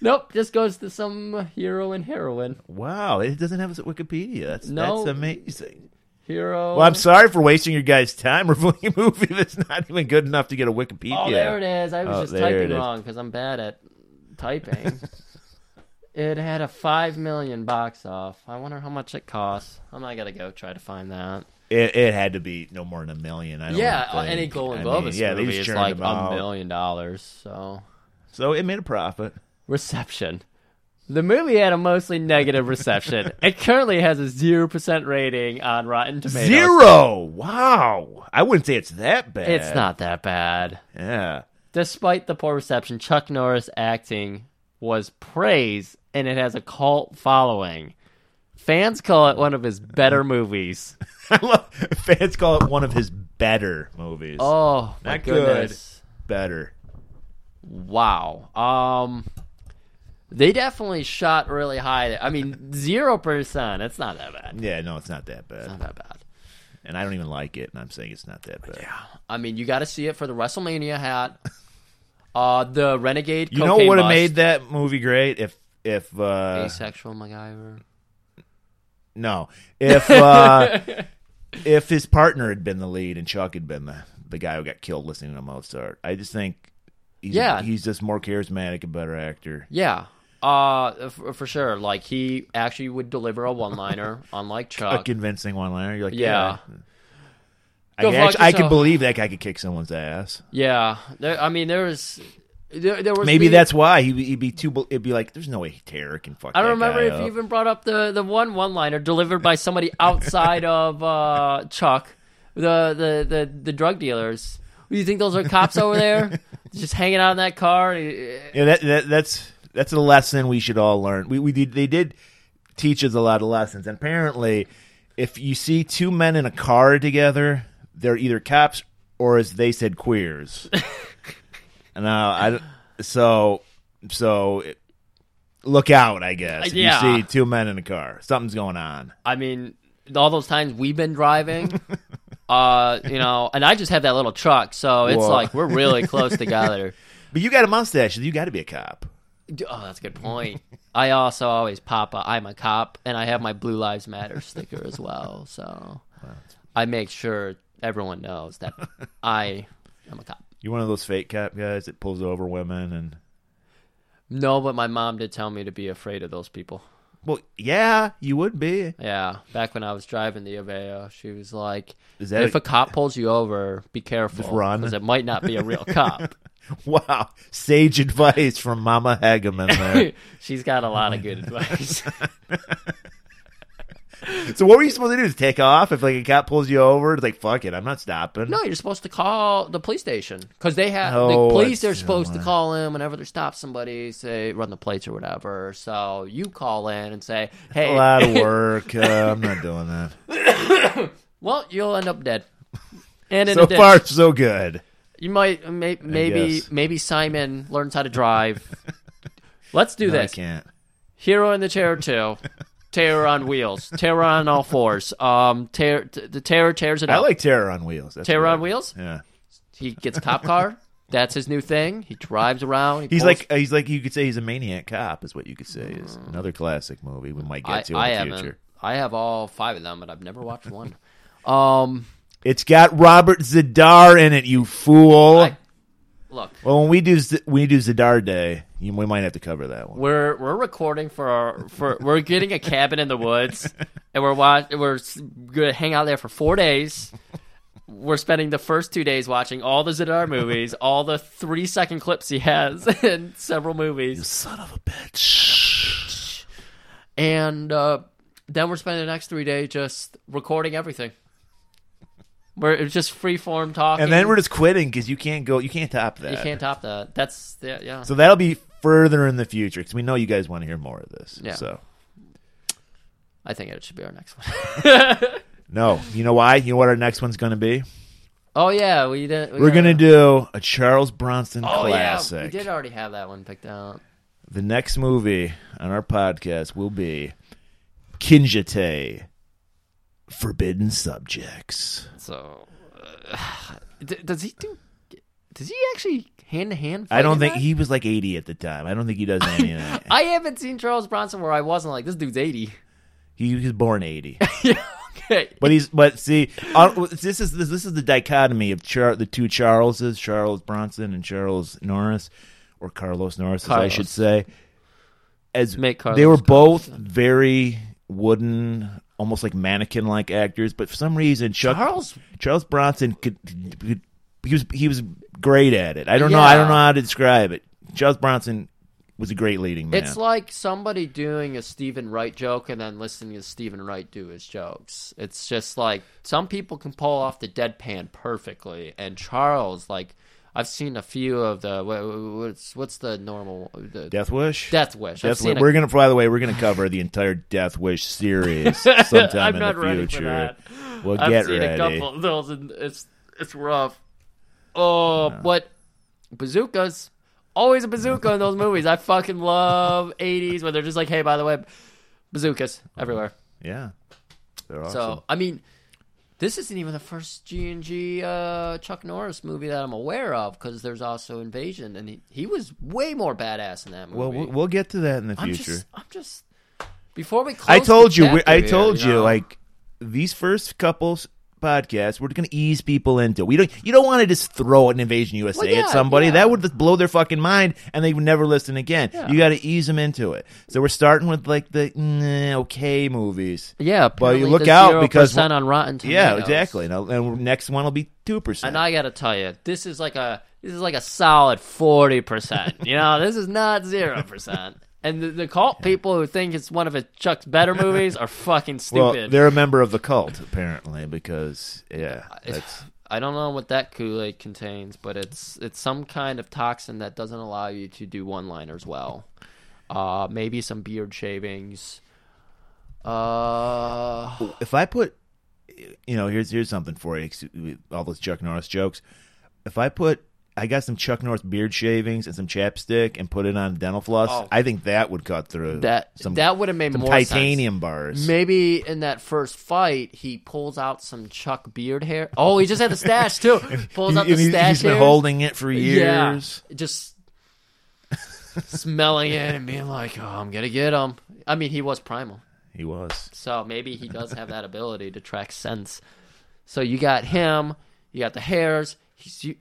Speaker 1: Nope, just goes to some hero and heroine.
Speaker 2: Wow, it doesn't have us at Wikipedia. That's
Speaker 1: No.
Speaker 2: that's amazing.
Speaker 1: Hero.
Speaker 2: Well, I'm sorry for wasting your guys' time reviewing a movie that's not even good enough to get a Wikipedia.
Speaker 1: Oh, there it is. I was
Speaker 2: Oh,
Speaker 1: just
Speaker 2: there it
Speaker 1: typing
Speaker 2: is.
Speaker 1: wrong because I'm bad at typing. it had a five million box off. I wonder how much it costs. I'm not gonna go try to find that.
Speaker 2: It, it had to be no more than a million. I don't
Speaker 1: Yeah,
Speaker 2: think.
Speaker 1: any Golden
Speaker 2: I
Speaker 1: Globus
Speaker 2: mean, yeah, they
Speaker 1: movie
Speaker 2: just
Speaker 1: is
Speaker 2: churned
Speaker 1: like
Speaker 2: them
Speaker 1: a
Speaker 2: out.
Speaker 1: million dollars. So
Speaker 2: So it made a profit.
Speaker 1: reception. The movie had a mostly negative reception. it currently has a zero percent rating on Rotten Tomatoes.
Speaker 2: Zero. Wow. I wouldn't say it's that bad.
Speaker 1: It's not that bad.
Speaker 2: Yeah.
Speaker 1: Despite the poor reception, Chuck Norris acting was praised, and it has a cult following. Fans call it one of his better movies.
Speaker 2: I love fans call it one of his better movies.
Speaker 1: Oh my
Speaker 2: Not good.
Speaker 1: goodness!
Speaker 2: better.
Speaker 1: Wow. Um, they definitely shot really high. I mean, zero percent. It's not that bad.
Speaker 2: Yeah, no, it's not that bad.
Speaker 1: Not that bad.
Speaker 2: and I don't even like it, and I'm saying it's not that bad.
Speaker 1: I mean, you got to see it for the WrestleMania hat. Uh, the Renegade.
Speaker 2: You know
Speaker 1: cocaine
Speaker 2: what would have
Speaker 1: bust.
Speaker 2: made that movie great if if uh
Speaker 1: asexual MacGyver.
Speaker 2: no if uh if his partner had been the lead and Chuck had been the the guy who got killed listening to Mozart. I just think he's
Speaker 1: Yeah.
Speaker 2: he's just more charismatic, a better actor.
Speaker 1: Yeah. Uh, for, for sure. Like he actually would deliver a one-liner, unlike
Speaker 2: A
Speaker 1: Chuck.
Speaker 2: convincing one liner. You're like, yeah.
Speaker 1: Uh, Yeah.
Speaker 2: I,
Speaker 1: Go
Speaker 2: can
Speaker 1: fuck
Speaker 2: actually, I can
Speaker 1: yourself.
Speaker 2: believe that guy could kick someone's ass.
Speaker 1: Yeah. There, I mean, there was. There, there was
Speaker 2: Maybe
Speaker 1: the-
Speaker 2: that's why he, he'd be too. bel- It'd be like, there's no way Terror can fuck.
Speaker 1: I don't
Speaker 2: that
Speaker 1: remember
Speaker 2: guy
Speaker 1: if
Speaker 2: up.
Speaker 1: you even brought up the, the one one liner delivered by somebody outside of uh, Chuck, the, the, the, the drug dealers. Do you think those are cops over there? Just hanging out in that car?
Speaker 2: Yeah, that, that that's that's a lesson we should all learn. We we did, they did teach us a lot of lessons. And apparently, if you see two men in a car together, they're either cops or, as they said, queers. and uh, I don't- so so it, look out, I guess. If
Speaker 1: Yeah.
Speaker 2: You see two men in a car, something's going on.
Speaker 1: I mean, all those times we've been driving, uh, you know, and I just have that little truck, so it's
Speaker 2: Whoa.
Speaker 1: like we're really close together.
Speaker 2: But you got a mustache, you got to be a cop.
Speaker 1: D- Oh, that's a good point. I also always pop a I'm a cop, and I have my Blue Lives Matter sticker as well. So I make sure everyone knows that I am a cop.
Speaker 2: You're one of those fake cop guys that pulls over women and.
Speaker 1: No, but my mom did tell me to be afraid of those people.
Speaker 2: Well, yeah, you would be.
Speaker 1: Yeah, back when I was driving the Aveo, she was like,
Speaker 2: Is that
Speaker 1: "If
Speaker 2: a-
Speaker 1: a cop pulls you over, be careful,
Speaker 2: run."
Speaker 1: because it might not be a real cop."
Speaker 2: Wow, sage advice from Mama Hageman there.
Speaker 1: She's got a lot of good advice.
Speaker 2: so what were you supposed to do? Just take off if like a cop pulls you over? It's like fuck it, I'm not stopping.
Speaker 1: no, you're supposed to call the police station because they have
Speaker 2: Oh,
Speaker 1: the police.
Speaker 2: I
Speaker 1: They're
Speaker 2: see.
Speaker 1: supposed to call in whenever they stop somebody, say run the plates or whatever. So you call in and say,
Speaker 2: a
Speaker 1: "Hey,
Speaker 2: lot of work. Uh, I'm not doing that.
Speaker 1: well, you'll end up dead." And in
Speaker 2: So
Speaker 1: a ditch.
Speaker 2: far, so good.
Speaker 1: you might may, maybe
Speaker 2: guess.
Speaker 1: maybe Simon learns how to drive. Let's do
Speaker 2: No, I
Speaker 1: this.
Speaker 2: can't.
Speaker 1: Hero in the Chair 2. Terror on wheels. Terror on all fours. Um, ter- t- the terror tears it
Speaker 2: I
Speaker 1: up.
Speaker 2: like Terror on Wheels. That's
Speaker 1: terror
Speaker 2: what I-
Speaker 1: on wheels.
Speaker 2: Yeah,
Speaker 1: He gets a cop car. That's his new thing. He drives around. He
Speaker 2: he's
Speaker 1: pulls-
Speaker 2: like uh, he's like you could say he's a maniac cop is what you could say is another classic movie we might get
Speaker 1: I,
Speaker 2: to
Speaker 1: I
Speaker 2: in the
Speaker 1: haven't.
Speaker 2: future.
Speaker 1: I have all five of them, but I've never watched one. Um,
Speaker 2: It's got Robert Zadar in it, you fool.
Speaker 1: I- look,
Speaker 2: well, when we do Z- when we do Zadar Day, you, we might have to cover that one.
Speaker 1: we're we're recording for our for we're getting a cabin in the woods, and we're watch we're s- gonna hang out there for four days. We're spending the first two days watching all the Zidar movies, all the three second clips he has in several movies,
Speaker 2: Son of a bitch.
Speaker 1: and uh, then we're spending the next three days just recording everything. We're it's just free form talking,
Speaker 2: and then we're just quitting because you can't go. You can't top that.
Speaker 1: You can't top that. That's yeah, yeah.
Speaker 2: So that'll be further in the future because we know you guys want to hear more of this.
Speaker 1: Yeah.
Speaker 2: So
Speaker 1: I think it should be our next one.
Speaker 2: no, you know why? You know what our next one's going to be?
Speaker 1: oh yeah, we did. We
Speaker 2: We're going to
Speaker 1: to
Speaker 2: do a Charles Bronson
Speaker 1: oh yeah, we
Speaker 2: classic.
Speaker 1: did already have that one picked out.
Speaker 2: the next movie on our podcast will be Kinjite. Forbidden subjects.
Speaker 1: So uh, d- does he do? Does he actually hand to hand?
Speaker 2: I don't think he was like eighty at the time. I don't think he does any of that.
Speaker 1: I haven't seen Charles Bronson where I wasn't like this dude's eighty.
Speaker 2: He was born eighty.
Speaker 1: Okay.
Speaker 2: But he's but see uh, this is this, this is the dichotomy of Char- the two Charleses, Charles Bronson and Charles Norris, or Carlos Norris, as I
Speaker 1: Carlos.
Speaker 2: should say. As
Speaker 1: Make Carlos
Speaker 2: they were
Speaker 1: Carlos,
Speaker 2: both very wooden, almost like mannequin like actors, but for some reason Chuck,
Speaker 1: Charles-
Speaker 2: Charles Bronson could, could he was he was great at it. I don't know I don't
Speaker 1: Yeah.
Speaker 2: know how to describe it. Charles Bronson was a great leading man.
Speaker 1: It's like somebody doing a Stephen Wright joke and then listening to Stephen Wright do his jokes. It's just like some people can pull off the deadpan perfectly, and Charles, like, I've seen a few of the wha- wha- what's what's the normal the
Speaker 2: Death Wish.
Speaker 1: Death Wish. I've
Speaker 2: Death
Speaker 1: seen
Speaker 2: Wish.
Speaker 1: a-
Speaker 2: We're gonna, by the way, we're gonna cover the entire Death Wish series sometime
Speaker 1: I'm
Speaker 2: in
Speaker 1: not
Speaker 2: the
Speaker 1: ready for
Speaker 2: future.
Speaker 1: that.
Speaker 2: We'll
Speaker 1: I've
Speaker 2: get
Speaker 1: seen
Speaker 2: ready.
Speaker 1: a couple of those, and it's it's rough. Oh, but bazookas. Always a bazooka in those movies. I fucking love '80s when they're just like, "Hey, by the way, bazookas everywhere."
Speaker 2: Yeah, they're awesome.
Speaker 1: So I mean, this isn't even the first G and G uh, Chuck Norris movie that I'm aware of because there's also Invasion, and he, he was way more badass in that movie.
Speaker 2: well, we'll we'll get to that in the
Speaker 1: I'm
Speaker 2: future.
Speaker 1: just, I'm just. Before we close,
Speaker 2: I told
Speaker 1: the
Speaker 2: you. we-
Speaker 1: chapter
Speaker 2: I
Speaker 1: here,
Speaker 2: told you.
Speaker 1: know?
Speaker 2: Like these first couples podcasts, we're gonna ease people into. We don't. You don't want to just throw an Invasion USA
Speaker 1: Well,
Speaker 2: at
Speaker 1: yeah,
Speaker 2: somebody.
Speaker 1: yeah.
Speaker 2: That would just blow their fucking mind, and they would never listen again.
Speaker 1: Yeah.
Speaker 2: You got to ease them into it. So we're starting with like the mm, okay movies.
Speaker 1: yeah,
Speaker 2: but you
Speaker 1: apparently
Speaker 2: look
Speaker 1: the
Speaker 2: out because
Speaker 1: 0% on Rotten
Speaker 2: yeah,
Speaker 1: Tomatoes.
Speaker 2: exactly. And, I'll- and next one will be two percent.
Speaker 1: And I gotta tell you, this is like a this is like a solid forty percent. You know, this is not zero percent. And the, the cult people who think it's one of a Chuck's better movies are fucking
Speaker 2: Well,
Speaker 1: stupid.
Speaker 2: they're a member of the cult apparently because yeah, that's,
Speaker 1: I don't know what that Kool Aid contains, but it's it's some kind of toxin that doesn't allow you to do one liners well. Uh, maybe some beard shavings. Uh,
Speaker 2: if I put, you know, here's here's something for you. All those Chuck Norris jokes. If I put, I got some Chuck Norris beard shavings and some chapstick and put it on dental floss.
Speaker 1: Oh.
Speaker 2: I think that would cut through
Speaker 1: that
Speaker 2: Some
Speaker 1: that would have made
Speaker 2: some
Speaker 1: more sense.
Speaker 2: titanium bars.
Speaker 1: Maybe in that first fight, he pulls out some Chuck beard hair. Oh, he just had the stash too. Pulls out
Speaker 2: He-
Speaker 1: the
Speaker 2: he-
Speaker 1: stash.
Speaker 2: he's been
Speaker 1: hairs.
Speaker 2: holding it for years.
Speaker 1: Yeah, just smelling it and being like, "Oh, I'm gonna get him." I mean, he was primal,
Speaker 2: He was.
Speaker 1: so maybe he does have that ability to track scents. So you got him. You got the hairs. He's. You,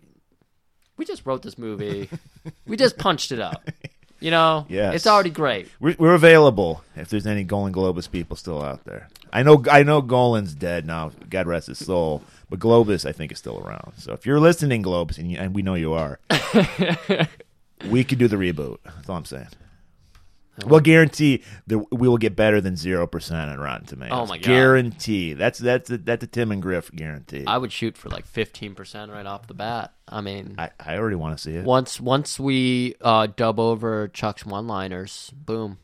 Speaker 1: we just wrote this movie. we just punched it up. You know,
Speaker 2: Yes.
Speaker 1: it's already great.
Speaker 2: We're, we're available if there's any Golan Globus people still out there. I know I know Golan's dead now. God rest his soul. But Globus, I think, is still around. So if you're listening, Globus, and, you, and we know you are, we could do the reboot. That's all I'm saying. We'll guarantee that we will get better than zero percent on Rotten Tomatoes.
Speaker 1: Oh, my God.
Speaker 2: Guarantee. That's that's a, that's a Tim and Griff guarantee.
Speaker 1: I would shoot for like fifteen percent right off the bat. I mean,
Speaker 2: I, I already want to see it.
Speaker 1: once once we uh, dub over Chuck's one-liners, boom.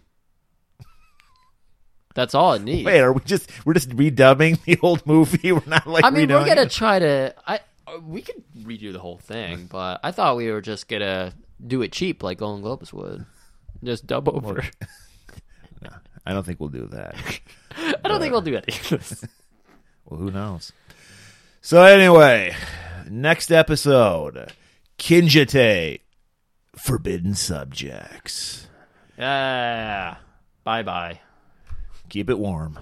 Speaker 1: That's all it needs.
Speaker 2: Wait, are we just we're just redubbing the old movie? We're not like
Speaker 1: I mean, we're
Speaker 2: redoing
Speaker 1: gonna
Speaker 2: it?
Speaker 1: try to. I uh, we could redo the whole thing, but I thought we were just gonna do it cheap, like Golden Globus would. Just dub over.
Speaker 2: I don't think we'll do that.
Speaker 1: I don't think we'll do any of this.
Speaker 2: Well, who knows? So anyway, next episode, Kinjite, Forbidden Subjects.
Speaker 1: Yeah. Bye bye.
Speaker 2: Keep it warm.